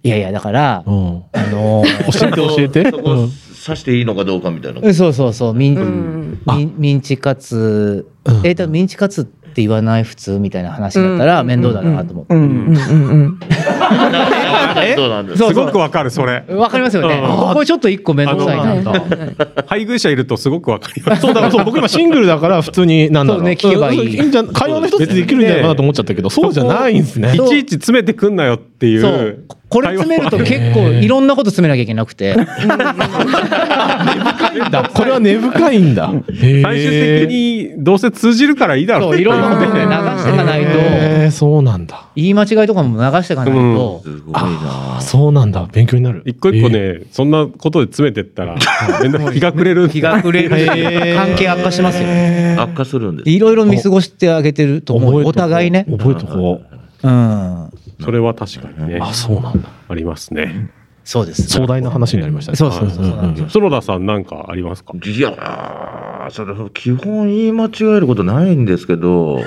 いやいやだからうあんの教えて教え て。そこを刺していいのかどうかみたいな。そうそうそうミン,ミんン、ミンチカツ、えーとミンチカツって言わない普通みたいな話だったら面倒だなと思って、うんうんうんうん。そうなんです。すごくわかる、それ。わかりますよねここちょっと一個面倒くさいなとはいはいはい配偶者いるとすごくわかります。そうだそう僕今シングルだから普通になんだろうそうね聞けばいいうんいいんじゃ会話の一つでできるんじゃないかなと思っちゃったけどそうじゃないんですね いちそういち詰めてくんなよっていそうう。これ詰めると結構いろんなこと詰めなきゃいけなく てこれは根深いんだ 最最終的にどうせ通じるからいいだろそうういろんなことねね流していかないとえそうなんだ言い間違いとかも流していかないと、すごいな。そうなんだ勉強になる一個一個ね、そんなことで詰めてったら、みんな日が暮れる。日が暮れるし関係悪化しますよ悪化するんです。いろいろ見過ごしてあげてると思うお互いね覚えとこううんそれは確かにね、あそうなんだありますね。そうです壮大な話になりましたねそうそうそうそううんうん園田さんなんかありますかいやー、それ基本言い間違えることないんですけど、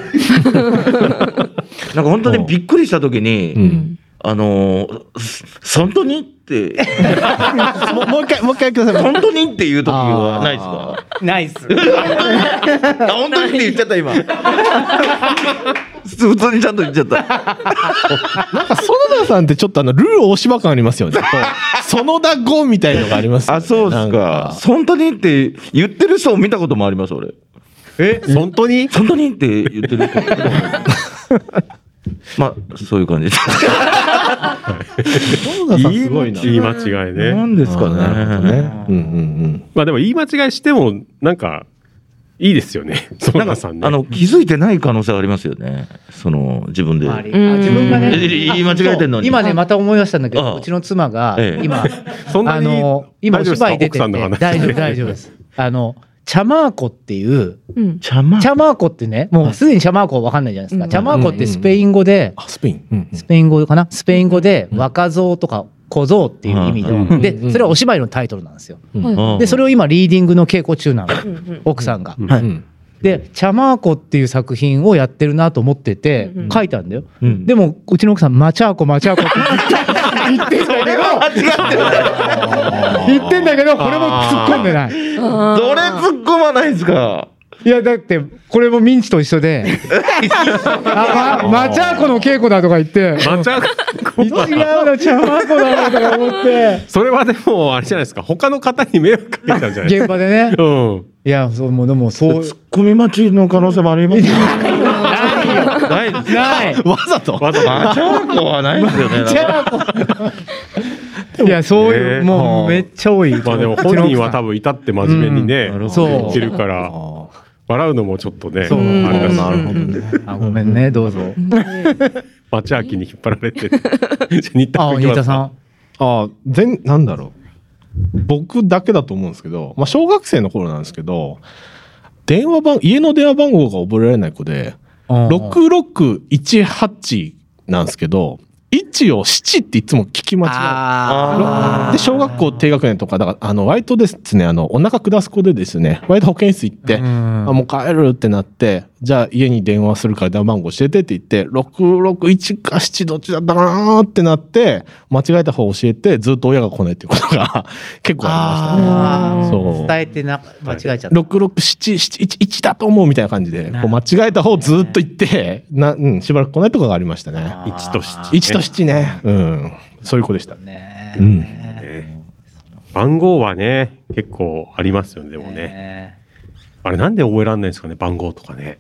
なんか本当にびっくりしたときに、うんあのー、す本当にって、 もうもう一回もう一回ください本当にっていう時はないですかナイス あ本当にって言っちゃった今。 普通にちゃんと言っちゃった。 なんか園田さんってちょっとあのルー大島感ありますよねこう園田語みたいのがありますよねあ、そうですか。本当にって言ってる人を見たこともあります、俺。え、本当に本当にって言ってる 人。まあ、そういう感じです。なんか園田さんすごいな言い間違いね。何ですかあーなるほどね。ねうんうんうんまあでも言い間違いしても、なんか、いいですよね。園田さんね。あの、気づいてない可能性ありますよね。その、自分で。周りうんあ自分がねえ言い間違えてんのに今ねまた思い出したんだけああどうちの妻がええ今 そんなあにの今お芝居出大丈夫ですか奥ててさんの話 大丈夫大丈夫ですあのチャマーコっていううん茶まチャマーコってねもうすでにチャマーコわかんないじゃないですうかんチャマーコってスペイン語であスペインうんうんスペイン語かなスペイン語で若造とか小僧っていう意味うんででそれはお芝居のタイトルなんですようんでそれを今リーディングの稽古中なのうんうん奥さんがうんうんで「チャマーコ」っていう作品をやってるなと思っててうんうん書いたんだよ、うんでもうちの奥さん「マチャーコマチャーコ」って 言って言ってんだけどこれも突っ込んでないあーどれ突っ込まないんですかいやだってこれもミンチと一緒であ、ま、マチャーコの稽古だとか言ってマチャ違 うなチャーコだなとか思ってそれはでもあれじゃないですか他の方に迷惑かけたんじゃないです現場で ねかうんいやそうもうでもそうツッコミ待ちの可能性もありますよないですないわざとわざとマチャーコはないですよねチャーコいやそういうもうめっちゃ多いまあでも本人は多分至って真面目にね、うんそう言ってるから笑うのもちょっとねそうあれだしなるほどあごめんねどうぞ町秋に引っ張られてじゃあ新田あ君いき新ます田かさああ全なんだろう僕だけだと思うんですけど、まあ、小学生の頃なんですけど電話番家の電話番号が覚えられない子でんうん6618なんですけど1を7っていつも聞き間違あうで小学校低学年とかだからあの割とですねあのお腹下す子でですね割と保健室行って、うんあもう帰るってなってじゃあ家に電話するから電話番号教えてって言って661か7どっちだったかなーってなって間違えた方教えてずっと親が来ないっていうことが 結構ありまあしたね。そうー伝えてな間違えちゃった667711だと思うみたいな感じでこう間違えた方ずっと言ってな、うん、しばらく来ないとかがありましたね。 1と7 1と7ね、うん、そういう子でした。ねうん番号はね結構ありますよねでもねあれなんで覚えられないんですかね番号とかね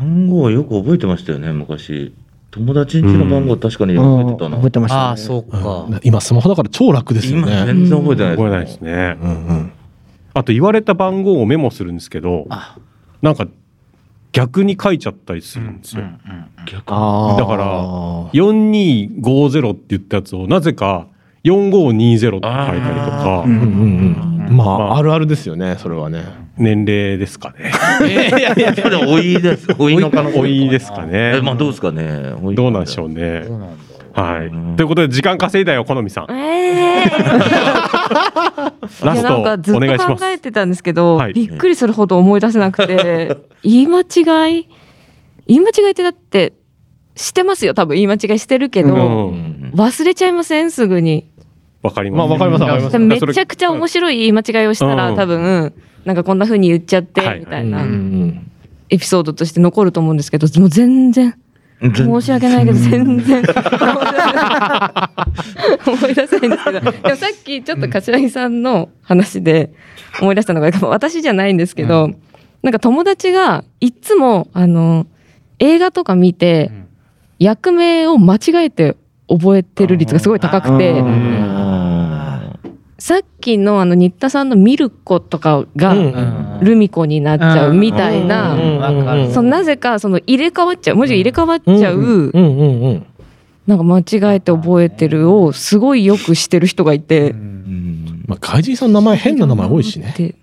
番号よく覚えてましたよね昔友達ん家の番号確かに覚えてたな、覚えてました、ね。ああそうか今スマホだから超楽ですよ今ね。全然覚えてない覚えないでですすねうんうんあと言われた番号をメモするんですけどなんか逆に書いちゃったりするんですよ、あーだから4250って言ったやつをなぜか4520って書いたりとかうんうんうん、まあ、まああるあるですよねそれはね年齢ですかねそれ老いです老いの可能性老いですかねえまあどうですかね老いどうなんでしょうねそうなんだはい、うんということで時間稼いだよ好みさんええいラやスなんかずトっお願いしとます考えてたんですけど、はいびっくりするほど思い出せなく て言い間違い言い間違いってだってしてますよ多分言い間違いしてるけうど、うんん忘れちゃいませんすぐにわかりますまあわかりますわかりますめちゃくちゃ面白い言い間違いをしたら、うん多分なんかこんな風に言っちゃってはいみたいうんうなんエピソードとして残ると思うんですけどもう全然全然申し訳ないけど全然思い出せないんですけどでもさっきちょっと柏木さんの話で思い出したのが私じゃないんですけど、なんか友達がいつもあの映画とか見て、役名を間違えて覚えてる率がすごい高くて。さっきのあの新田さんのミルコとかがルミコになっちゃうみたいな、わかるそのなぜかその入れ替わっちゃう文字が入れ替わっちゃう、うんうんうんなんか間違えて覚えてるをすごいよくしてる人がいて、うんまあ怪人さんの名前変な名前多い しねで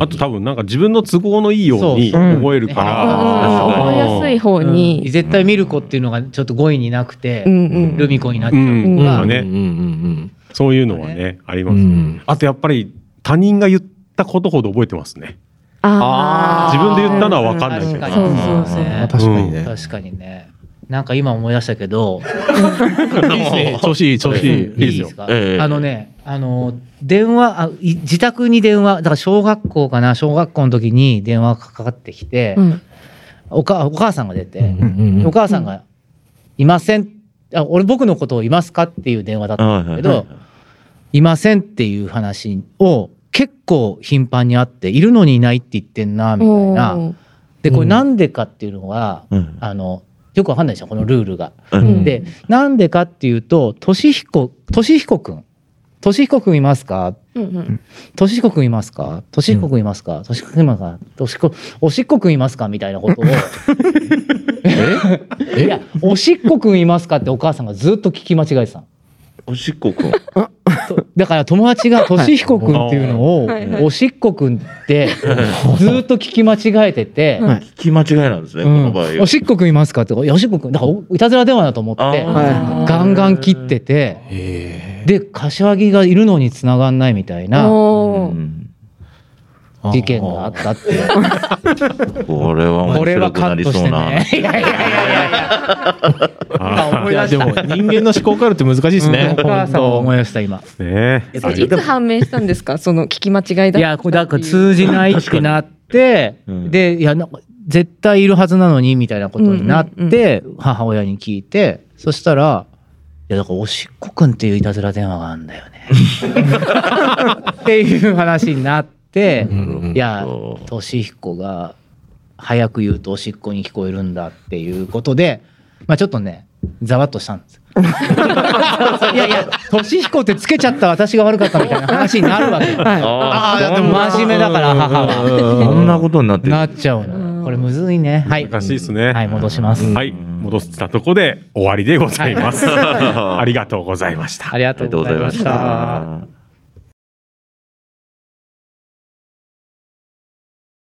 あと多分なんか自分の都合のいいようにそう覚えるかあーら、覚えやすい方うんに、絶対ミルコっていうのがちょっと5位になくて、うんうんルミコになっちうゃう、ん、うんまあうんうね、んそういうのはねありうんうます、んあとやっぱり他人が言ったことほど覚えてますね。あ自分で言ったのは分かんないけど確かにそうそうそうね確かにね、確かにねなんか今思い出したけどいいですね調子いい調子いい、いですいよですか、ええあのねあの電話あい自宅に電話だから小学校かな小学校の時に電話がかかってきて、うんおかお母さんが出て、うんうんうんお母さんが「いません」あ俺僕のことを「いますか?」っていう電話だったんだけど「はいいはいはいません」っていう話を結構頻繁にあって「いるのにいない」って言ってんなみたいなおーでこれなんでかっていうのが、うんあのよくわかんないでしょこのルールが。うんでなんでかっていうと俊彦俊彦君俊彦君いますかうんうん俊彦君いますか俊彦君いますか俊彦君いますか俊彦おしっこ君いますかみたいなことをえ いやおしっこ君いますかってお母さんがずっと聞き間違えてたのおしっこくんとだから友達が俊彦君っていうのを、はいはいおしっこ君ってずっと聞き間違えてて、はい聞き間違いなんですね、うんこの場合はおしっこ君いますかっておしっこ君だからおいたずら電話だと思ってあーはいガンガン切ってて。へで柏木がいるのに繋がんないみたいなおうーんー事件があったっていうこれは面これは白くカなッりトしそうてな、ねいやいやいやいやあいやでも人間の思考からって難しいですね、お母さんを思い出した今ーねえそれいつ判明したんですかその聞き間違いいだやこれだから通じないってなっって、でいやなんか絶対いるはずなのにみたいなことになって、母親に聞いてそしたら「いやだからおしっこくんっていういたずら電話があるんだよね」っていう話になって「いや俊彦が早く言うとおしっこに聞こえるんだ」っていうことで、まあ、ちょっとねざわっとしたんですよいやいや俊彦ってつけちゃった私が悪かったみたいな話になるわけよ。あああ、でも真面目だから 母は。こんなことになってるなっちゃうの。これむずいね。はい。、難しいですね。はい戻します。はい、戻したとこ で終わりでございます。ありがとうございました。ありがとうございました。あ